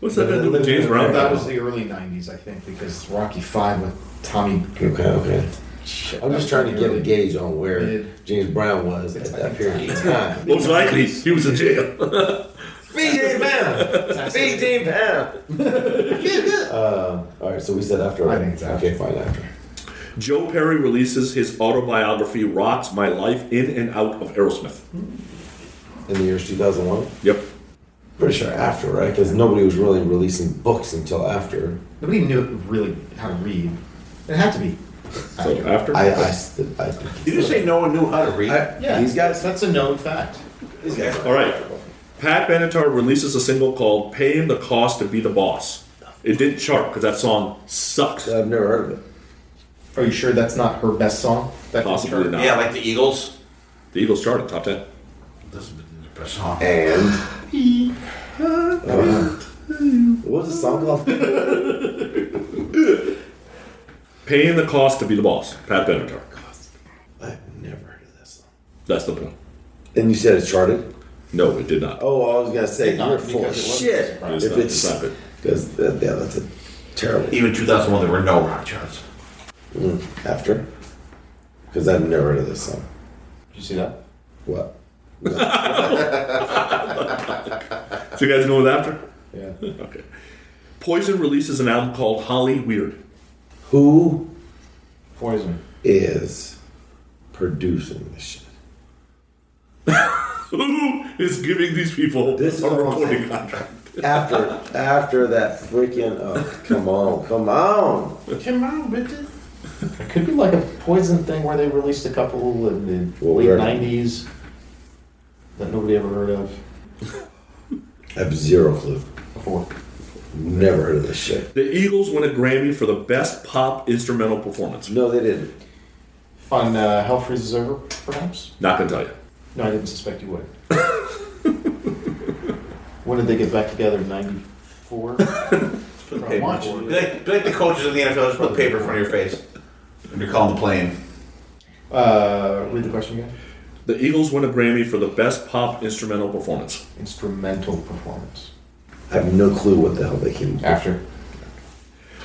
What's that got to do with James Brown? That was the early '90s, I think, because Rocky Five with Tommy. Okay, okay. Shit, I'm that just was trying to get a early. gauge on where Mid. James Brown was at that period of time. Most likely, he was in jail. [laughs] BJ Brown! BJ Brown! [laughs] uh, all right, so we said after. I right? think it's after. Okay, fine, after. Joe Perry releases his autobiography, Rocks My Life in and Out of Aerosmith. In the years 2001? Yep. Pretty sure after, right? Because nobody was really releasing books until after. Nobody knew really how to read. It had to be. So after? I, I, st- I think. Did you say no one knew how to read? I- Yeah, These guys. That's a known fact. All right. Pat Benatar releases a single called Paying the Cost to Be the Boss. It didn't chart because that song sucks. I've never heard of it. Are you sure that's not her best song? That Possibly not. Yeah, like the Eagles. The Eagles charted top 10. This has been the best song. And. Uh, what was the song [laughs] called? Paying the Cost to Be the Boss. Pat Benatar. I've never heard of that song. That's the point. And you said it's charted? No, it did not. Oh, I was going to say, not, you're full of because it wasn't It's shit. if not- it's. it's not good. Because, that, yeah, that's a terrible. Even 2001, there were no rock charts. Mm. After? Because I've never heard of this song. Did you see that? What? So you guys know what after? Yeah. [laughs] Okay. Poison releases an album called Holly Weird. Who Poison. is producing this shit? Who is giving these people this a recording contract? After after that freaking oh, come on, come on. Come on, bitches. It could be like a poison thing where they released a couple in the Well, we late heard- nineties that nobody ever heard of. I have zero clue. Before. Never heard of this shit. The Eagles win a Grammy for the best pop instrumental performance. No, they didn't. On uh, Hell Freezes Over, perhaps? Not gonna tell you. No, I didn't suspect you would. [laughs] when did they get back together? Ninety [laughs] four? Paper. Be like, be like the coaches in the NFL just put paper in front of your face when you're calling the plane. Uh, read the question again. The Eagles win a Grammy for the best pop instrumental performance. Instrumental performance. I have no clue what the hell they came up with. After.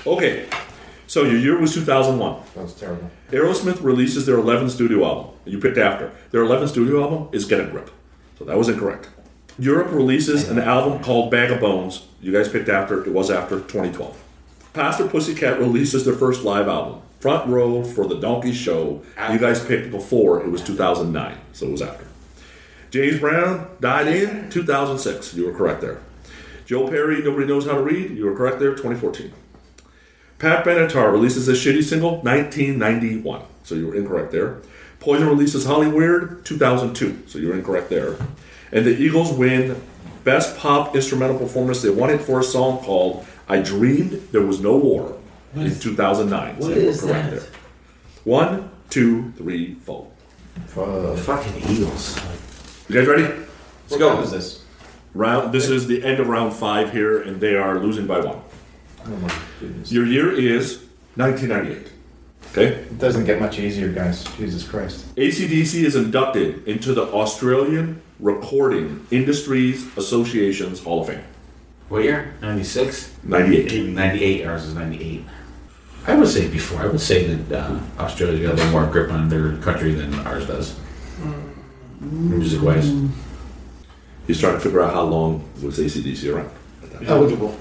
Okay, so your year was 2001. That was terrible. Aerosmith releases their 11th studio album. You picked after. Their 11th studio album is Get a Grip. So that was incorrect. Europe releases an album called Bag of Bones. You guys picked after. It was after 2012. Pastor Pussycat releases their first live album, Front Row for the Donkey Show. You guys picked before. It was 2009. So it was after. James Brown died in 2006. You were correct there. Joe Perry, Nobody Knows How to Read. You were correct there, 2014. Pat Benatar releases a shitty single, 1991. So you were incorrect there. Poison releases Holly Weird, 2002. So you were incorrect there. And the Eagles win Best Pop Instrumental Performance. They won it for a song called I Dreamed There Was No War in 2009. what so you were is correct that? there. One, two, three, four. Fucking Eagles. You guys ready? Let's go. What is this? Round. This is the end of round five here, and they are losing by one. Oh my goodness. Your year is 1998. Okay. It doesn't get much easier, guys. Jesus Christ. ACDC is inducted into the Australian Recording Industries Association's Hall of Fame. What year? 96? 98. 98. Ours is 98. I would say before. I would say that uh, Australia's got a little more grip on their country than ours does. Music wise. He's trying to figure out how long was E ACDC around. Eligible.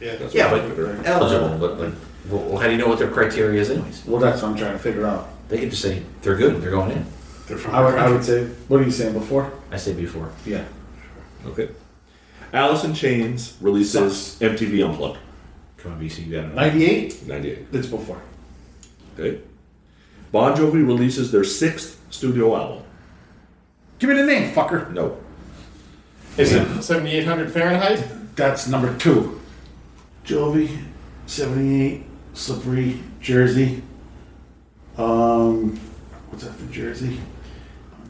Yeah. That's Yeah, what but I'm figuring. eligible. But like, well, well, how do you know what their criteria is, anyways? Well, that's what I'm trying to figure out. They could just say they're good. They're going in. They're from I would, I would say, what are you saying before? I say before. Yeah. Okay. Alice in Chains releases MTV Unplugged. Come on, BC. You got it. 98? 98. It's before. Okay. Bon Jovi releases their sixth studio album. Give me the name, fucker. No. Is it 7800 Fahrenheit? That's number two. Jovi, 78, Slippery, Jersey. Um, what's after Jersey?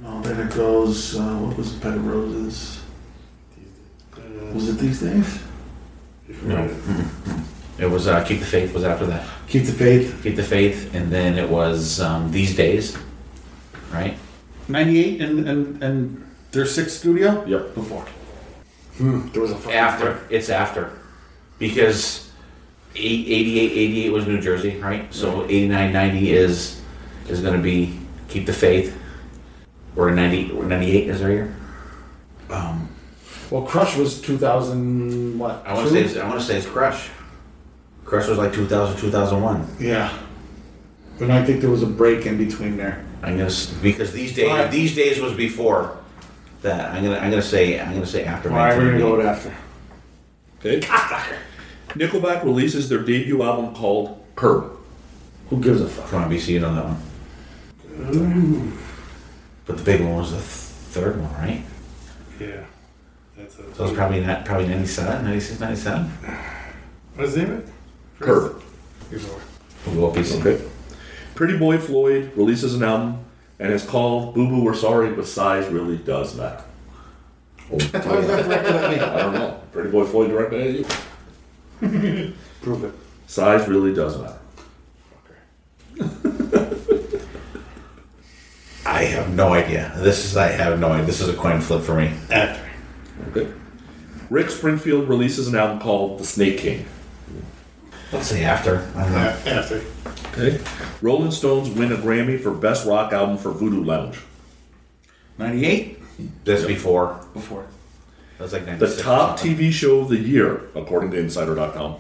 No, then it goes, uh, what was it, Bed of Roses? Uh, Was it These Days? [laughs] No. It was uh, Keep the Faith was after that. Keep the Faith. Keep the Faith, and then it was um, These Days, right? 98 and, and, and their sixth studio? Yep. Before. Hmm. There was a fucking After. It's after. Because eight- 88, 88 was New Jersey, right? So 89, 90 is, is going to be Keep the Faith. Or 90, or 98 is our year. Um, Well, Crush was 2000, what? I want to say it's, I want to say it's Crush. Crush was like 2000, 2001. Yeah. And I think there was a break in between there. I'm gonna s- because these days Alright. these days was before that. I'm gonna I'm gonna say I'm gonna say after. All right, we're going to go 1988. with after. [laughs] Okay. Nickelback releases their debut album called Curb. Who gives a fuck? Come on, BC, you know that one. Hmm. But the big one was the th- third one, right? Yeah. That's a, So it was probably not probably 97, 96, 97. What is it? Curb. We'll go up BC. Okay. Pretty Boy Floyd releases an album and it's called Boo Boo We're Sorry, but size really does matter. I don't know. Pretty Boy Floyd directed at you. Prove it. Size really does matter. I have no idea. This is I have no idea. This is a coin flip for me. After. Okay. Rick Springfield releases an album called The Snake King. Let's say after. I don't know. After. Okay. Rolling Stones win a Grammy for Best Rock Album for Voodoo Lounge. 98? That's before. Before. That was like 96. The top TV show of the year, according to Insider.com,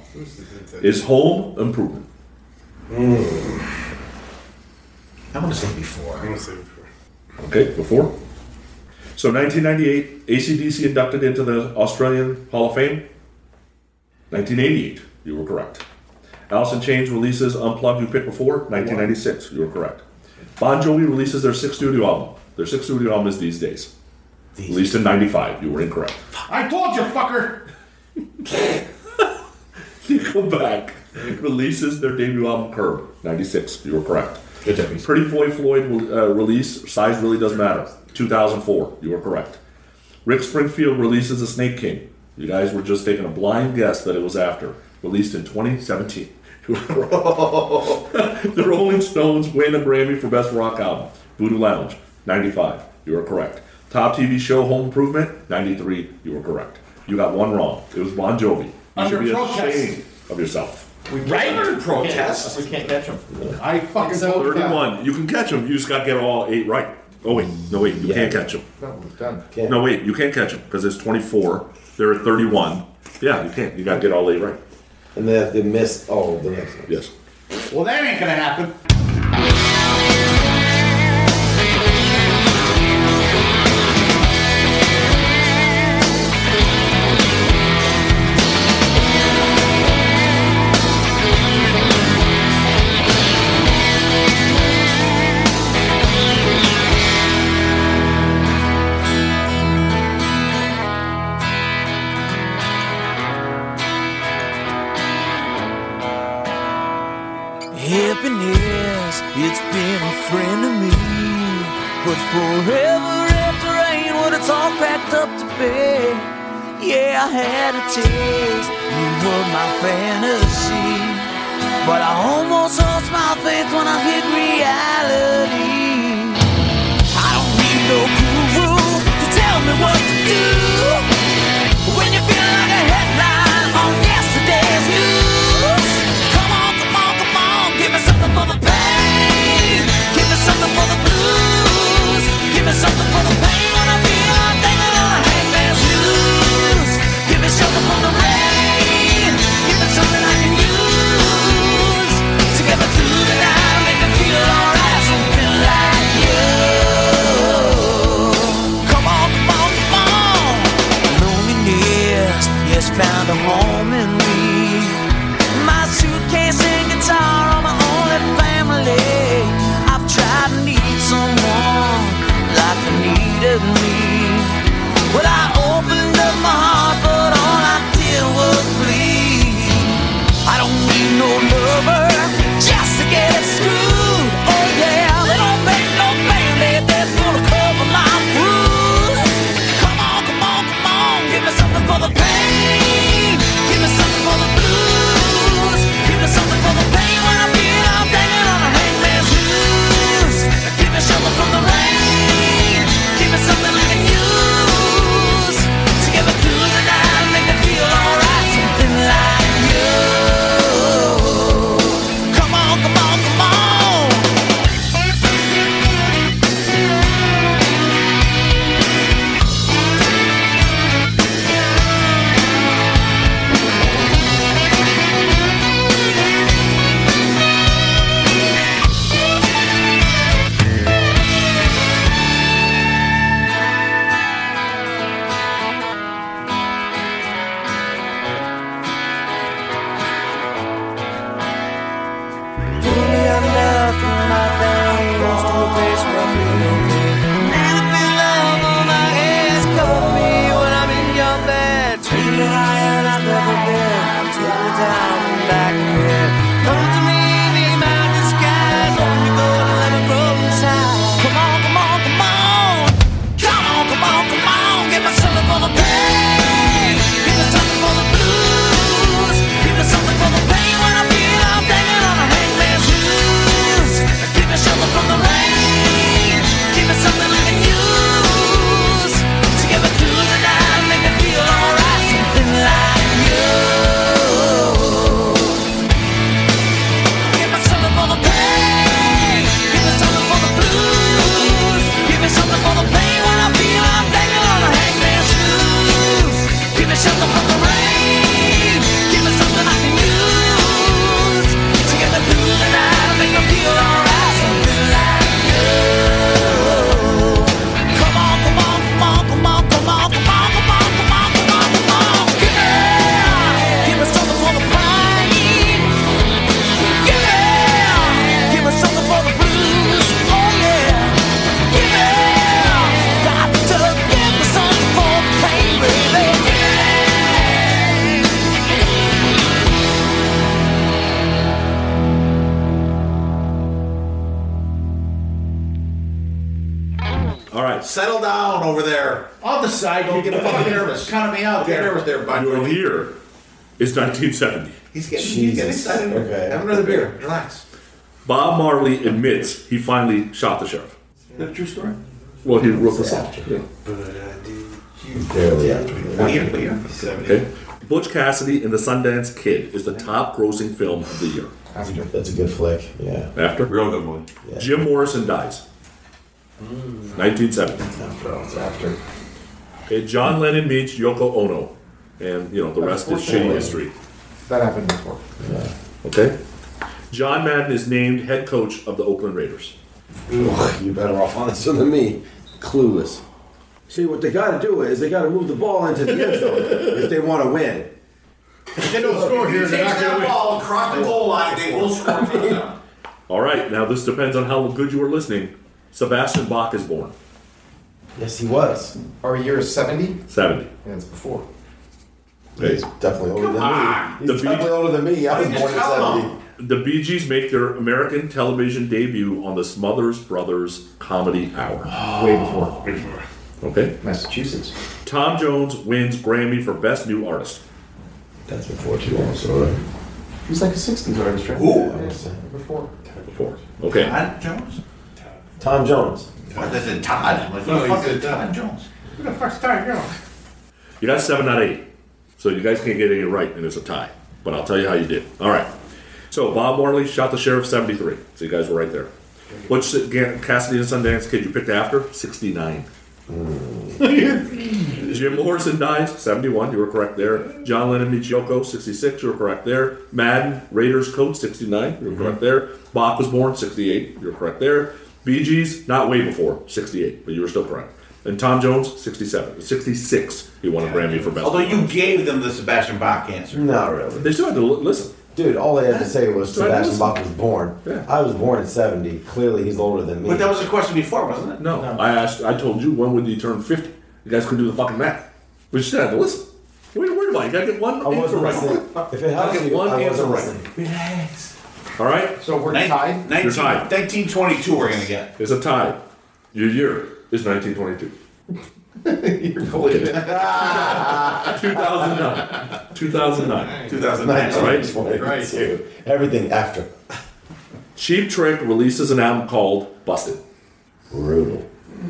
is Home Improvement. I want to say before. I'm Mm. gonna say before. Okay, before. So 1998, ACDC inducted into the Australian Hall of Fame. 1988, you were correct. Alice in Chains releases Unplugged, you picked before. 1996, you were correct. Bon Jovi releases their sixth studio album. Their sixth studio album is These Days. Released in 95, you were incorrect. I told you, fucker. Nickelback releases their debut album Curb, 96. You were correct. Pretty Boy Floyd uh, release, size really does matter, 2004. You were correct. Rick Springfield releases The Snake King. You guys were just taking a blind guess that it was after. Released in 2017. [laughs] You were correct. [laughs] the Rolling Stones win a Grammy for Best Rock Album. Voodoo Lounge, 95. You were correct. Top TV show Home Improvement, 93. You were correct. You got one wrong. It was Bon Jovi. You Under should be protest. ashamed of yourself. We right to protest. We can't catch him. I fucking told you. 31. You can catch them. You just got to get all eight right. Oh, wait. No, wait. You can't catch them. No, we're done. No, wait. You can't catch them because it's 24. They're at 31. Yeah, you can't. You got to get all eight right. And they have to miss all the next ones. Yes. Well, that ain't gonna happen. Happiness, it's been a friend to me. But forever after rain, when it's all packed up to bed, yeah, I had a taste. You were my fantasy. But I almost lost my faith when I hit reality. I don't need no guru to tell me what to do. When you feel like a headline on yesterday's news, come on, come on, come on, give me something for the pain, give me something for the blues, give me something for the pain when I feel I'm thinking of a hangman's news. Give me something for the rain, give me something I can use to get me through the night, make me feel Oh, Oh, All right. Settle down over there. I'll decide. Don't get fucking nervous. Count me out Get there. nervous there, bud. Your year is 1970. He's getting, he's getting excited. Okay. Have another beer. Relax. Bob Marley admits he finally shot the sheriff. That a true story? Well, he wrote the song. Yeah. uh, Barely after. What year? What year? Okay. Butch Cassidy and the Sundance Kid is the top grossing film of the year. After. That's a good flick. Yeah. After? Real good one. Jim Morrison dies. 1970. It's after. Okay, John Lennon meets Yoko Ono. And, you know, the rest is shitty history. That happened before. Okay? John Madden is named head coach of the Oakland Raiders. Ugh, you better off on this one than me. Clueless. See, what they got to do is they got to move the ball into the end zone if they want to win. They don't score here. They're not going to win. ball, cross the goal line, they will score a touchdown. All right, now this depends on how good you were listening. Sebastian Bach is born. Yes, he was. Our year is 70, 70. and it's before. Okay. Definitely older than Ah, me. the He's Bee- definitely older than me. I was born in 70. The Bee Gees make their American television debut on the Smothers Brothers Comedy Hour. Oh. Way before. Okay? Massachusetts. Tom Jones wins Grammy for Best New Artist. That's before too long, so. uh, He was like a 60s artist, right? Ooh. Yeah, before. Before. Okay. Todd Jones? Tom Jones. What is it, Todd? I'm Like, No, who the he fuck said is Todd Jones? Who the fuck's Todd Jones? You got seven out of eight. So you guys can't get any right, and it's a tie. But I'll tell you how you did. All right. So Bob Marley shot the sheriff 73. So you guys were right there. What's it- Ga- Cassidy and Sundance Kid you picked after? 69. [laughs] Jim Morrison dies, 71. You were correct there. John Lennon meets Yoko, 66. You were correct there. Madden, Raiders coach, 69. You were correct there. Bach was born, 68. You were correct there. Bee Gees, not way before, 68. But you were still correct. And Tom Jones, 67. 66. He won a Grammy for best. Although you gave them the Sebastian Bach answer. Not really. They still had to li- listen. Dude, all they had to say was So I Sebastian was- Bach was born. Yeah. I was born in 70. Clearly, he's older than me. But that was a question before, wasn't it? No, I asked. I told you when would you turn fifty? You guys couldn't do the fucking math. We just had to listen. What are you worried about? You gotta get one I answer wasn't right. listening. If it helps Okay, you, one I answer wasn't right. listening. All right, So we're Nin- tied. 19 You're tied. 1922 we're going to get. it's a tie. Your year is 1922. You're full of shit. Ah, 2009. 2009. 2009. All right. 22. Everything after. Cheap Trick releases an album called Busted. Brutal. I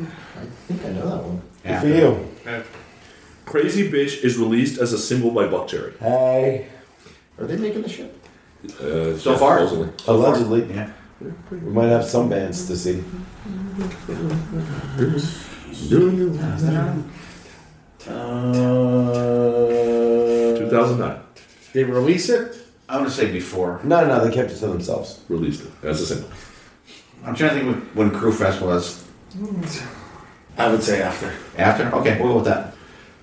think I know that one. Good for you. Crazy Bitch is released as a single by Buck Cherry. Hey. Are they making the ship? Uh, So far. supposedly. Allegedly, Yeah. we might have some bands to see. Uh, 2009 they release it? I want to say before. No, no, they kept it to themselves. released it as a single. I'm trying to think of when Crew Fest was. I would say after. After? Okay, we'll go with that.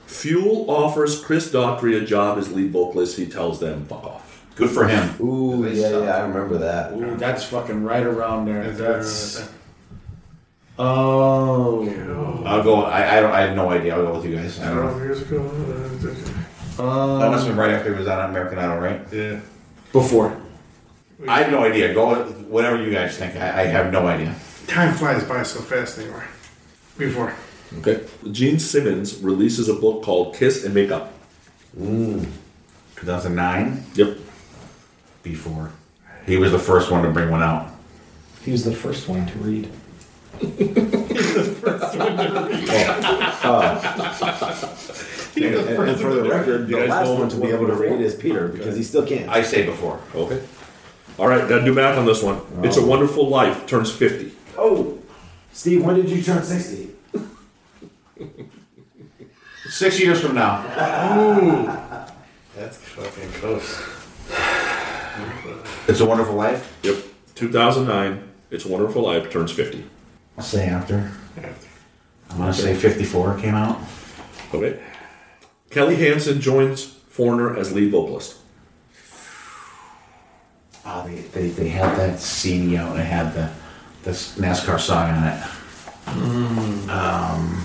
Fuel offers Chris Daughtry a job as lead vocalist. He tells them, "Fuck off." Good for him. Ooh, They yeah, suck. yeah, I remember that. Ooh, that's fucking right around there. Is that- That's. Oh. I'll go. I, I don't. I have no idea. I'll go with you guys. I don't know. years ago. uh, That Um, must have been right after he was on American Idol, right? Yeah. before. I have no idea. Go with whatever you guys think. I, I have no idea. Time flies by so fast anymore. Before. Okay. Gene Simmons releases a book called Kiss and Makeup. 2009. Yep. Before. He was the first one to bring one out. He was the first one to read. Uh, [laughs] And, and- and for the record, You the guys last know one to be what able to we're read for? is Peter because he still can't. I say before. Okay. All right, gotta do math on this one. It's Oh. a Wonderful Life turns 50. Oh, Steve, when did you turn 60? [laughs] Six years from now. [laughs] That's fucking close. It's a Wonderful Life. Yep. 2009, It's a Wonderful Life turns 50. I'll say after. I'm gonna say 54 came out. Okay. Kelly Hansen joins Foreigner as lead vocalist. Oh, they, they, they had that CD out and it had the this NASCAR song on it. Um,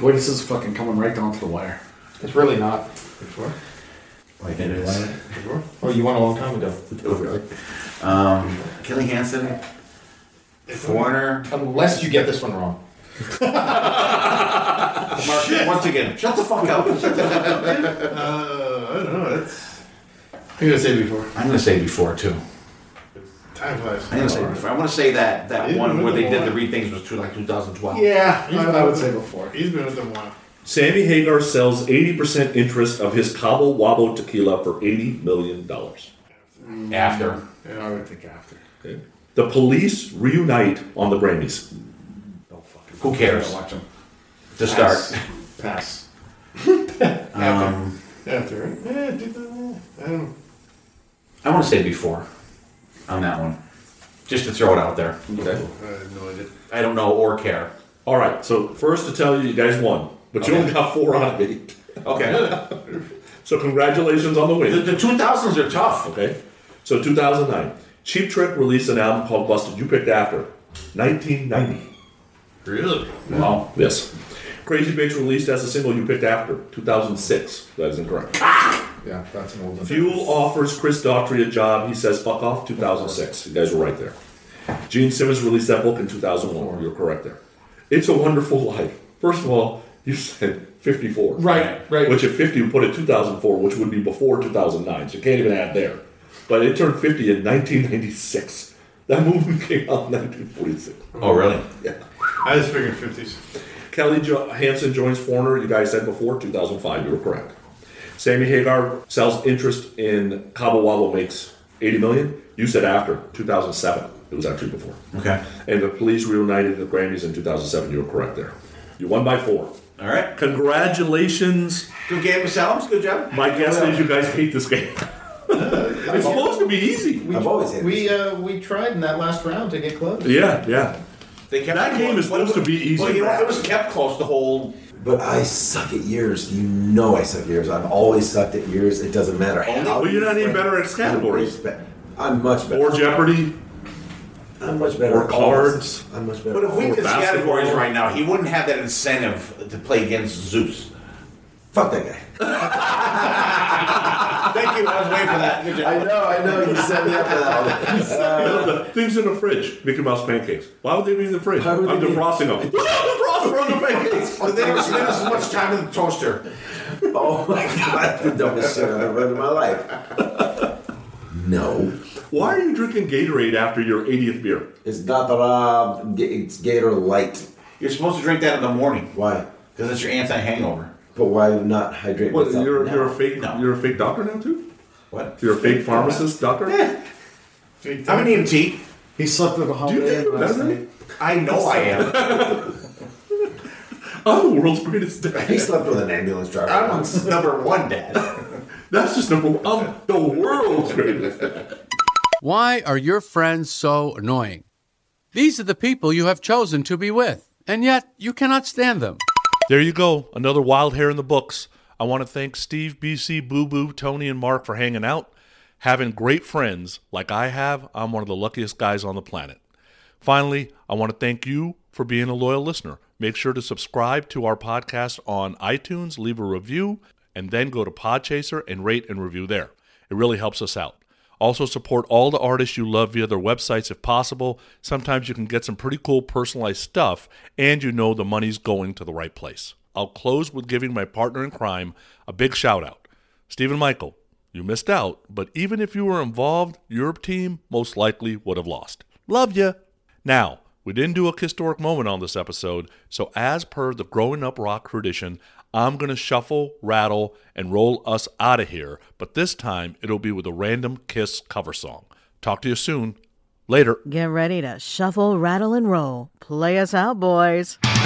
Boy, this is fucking coming right down to the wire. It's really not. Before. Like it is. Oh, Before. [laughs] Oh, you won a long time ago. Um, Kelly Hansen. Corner. Unless you get this one [laughs] wrong. Mark, once again, shut the fuck [laughs] up. Uh, I don't know. That's I'm gonna say before. I'm gonna say before too. time flies. I'm gonna say before. I want to say that that Yeah, one where they did before. the read things was too like 2012. Yeah, I- I would say before. He's been with them a while. Sammy Hagar sells 80% interest of his Cabo Wabo tequila for $80 million. After. Yeah, I would think after. Okay. The police reunite on the Grammys. Oh, Who cares? Watch them. To Pass. start. Pass. Um, After. right? Yeah, do that. I don't know. I want to say before on that one, just to throw it out there. I Okay. have no idea. I don't know or care. All right, so first to tell you, you guys won, but you Okay. only got four out of eight. Okay. [laughs] So congratulations on the win. The, the 2000s are tough. Okay. So 2009, Cheap Trick released an album called Busted. You picked after 1990. Really? Wow. Yes. Crazy Bitch released as a single. You picked after 2006. That is incorrect. Ah! Yeah, that's an old one. Fuel offers Chris Daughtry a job. He says, "Fuck off." 2006. You guys were right there. Gene Simmons released that book in 2001. You're correct there. It's a Wonderful Life. First of all, you said 54. Right, right. Which at 50 would put it 2004, which would be before 2009. So you can't even add there. But it turned 50 in 1996. That movie [laughs] came out in 1946. Oh, really? Yeah. I was figuring 50s. Kelly jo- Hansen joins Foreigner. You guys said before 2005. You were correct. Sammy Hagar sells interest in Cabo Wabo makes 80 million. You said after 2007. It was actually before. Okay. And the police reunited the Grammys in 2007. You were correct there. You won by four. All right. Congratulations. Good game, Miss Adams. Good job. My guess is you guys beat this game. it's supposed to be easy. I've always had We uh, we tried in that last round to get close. Yeah, yeah. They kept That game is supposed to be easy. Well, you know, what? it was kept close the whole. But I suck at years. You know I suck at years. I've always sucked at years. It doesn't matter how. Well, you're not you even frame better it. at categories. I'm much better. Or Jeopardy. I'm much better. or at all cards. this. I'm much better. But if we at all this. did basketball. categories Oh, right now, he wouldn't have that incentive to play against Zeus. fuck that [laughs] guy. Thank you. I was waiting for that. Good I job. know. I know. You set me up for that. [laughs] one. The Uh, Things in the fridge. Mickey Mouse pancakes. Why would they be in the fridge? Why I'm would they be- defrosting them. We're not defrosting. We're on the pancakes. But they don't spend as much time in the toaster. Oh my god, [laughs] the dumbest shit I've ever read in my life. No, Why are you drinking Gatorade after your 80th beer? it's not that. Uh, Ga- it's Gator Light. You're supposed to drink that in the morning Why? because it's your anti-hangover. But why not hydrate What? myself You're, now? you're a fake. You're a fake doctor now too. What? You're a fake pharmacist doctor. Fake I'm an EMT. He slept with a Do holiday you think you're Inn better last than night. me? I know I am. [laughs] I'm the world's greatest dad. He slept with an ambulance driver I'm once. [laughs] number one dad. [laughs] That's just number one. I'm the world's greatest dad. Why are your friends so annoying? These are the people you have chosen to be with, and yet you cannot stand them. There you go. Another wild hair in the books. I want to thank Steve, BC, Boo Boo, Tony, and Mark for hanging out. Having great friends like I have, I'm one of the luckiest guys on the planet. Finally, I want to thank you for being a loyal listener. Make sure to subscribe to our podcast on iTunes, leave a review, and then go to Podchaser and rate and review there. It really helps us out. Also, support all the artists you love via their websites if possible. Sometimes you can get some pretty cool personalized stuff, and you know the money's going to the right place. I'll close with giving my partner in crime a big shout out. Stephen Michael, you missed out, but even if you were involved, your team most likely would have lost. Love ya! Now, we didn't do a historic moment on this episode, so as per the growing up rock tradition, I'm going to shuffle, rattle, and roll us out of here, but this time it'll be with a random Kiss cover song. Talk to you soon. Later. Get ready to shuffle, rattle, and roll. Play us out, boys. Mm.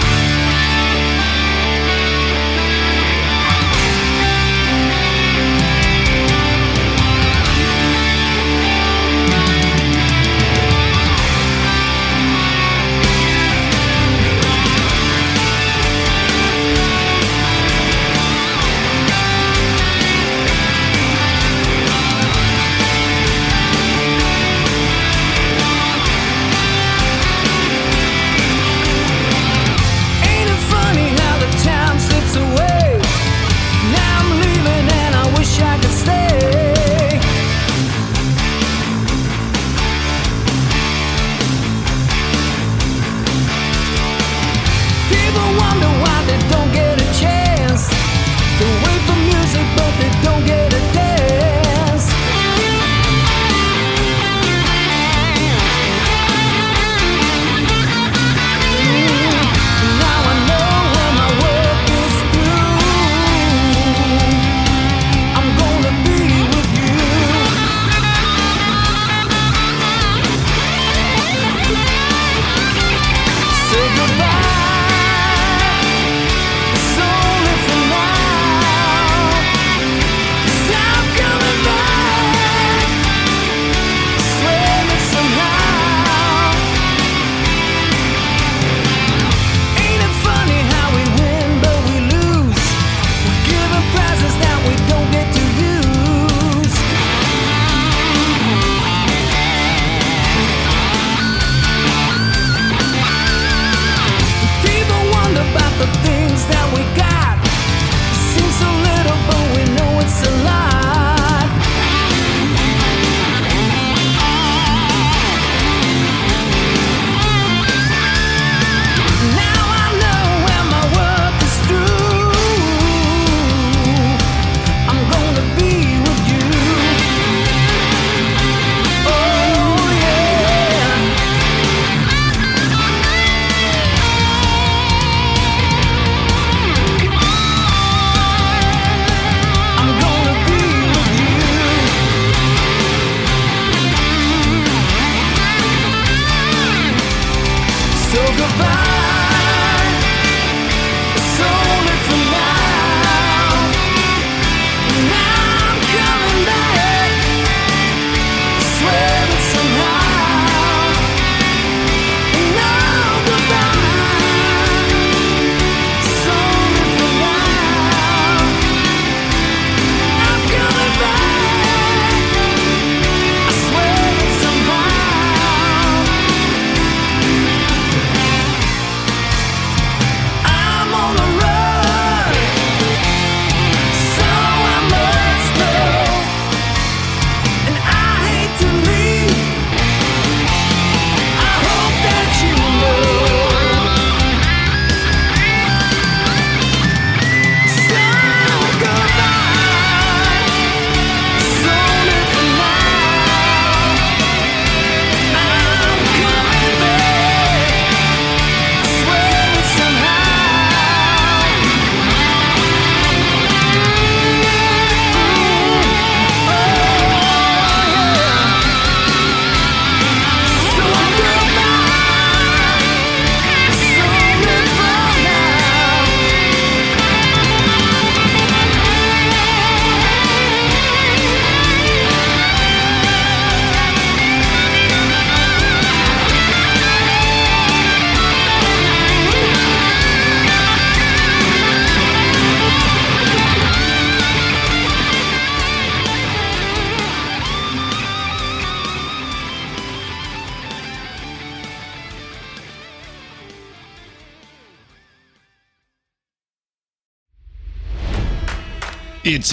Oh, goodbye. It's only for now. And I'm coming back. I swear it somehow. And now goodbye. It's only for now. I'm coming back. I swear it somehow. I'm on the run, so I must go. And I hate to leave. I hope that you know. So goodbye, it's only for now. I'm coming back. I swear it's It's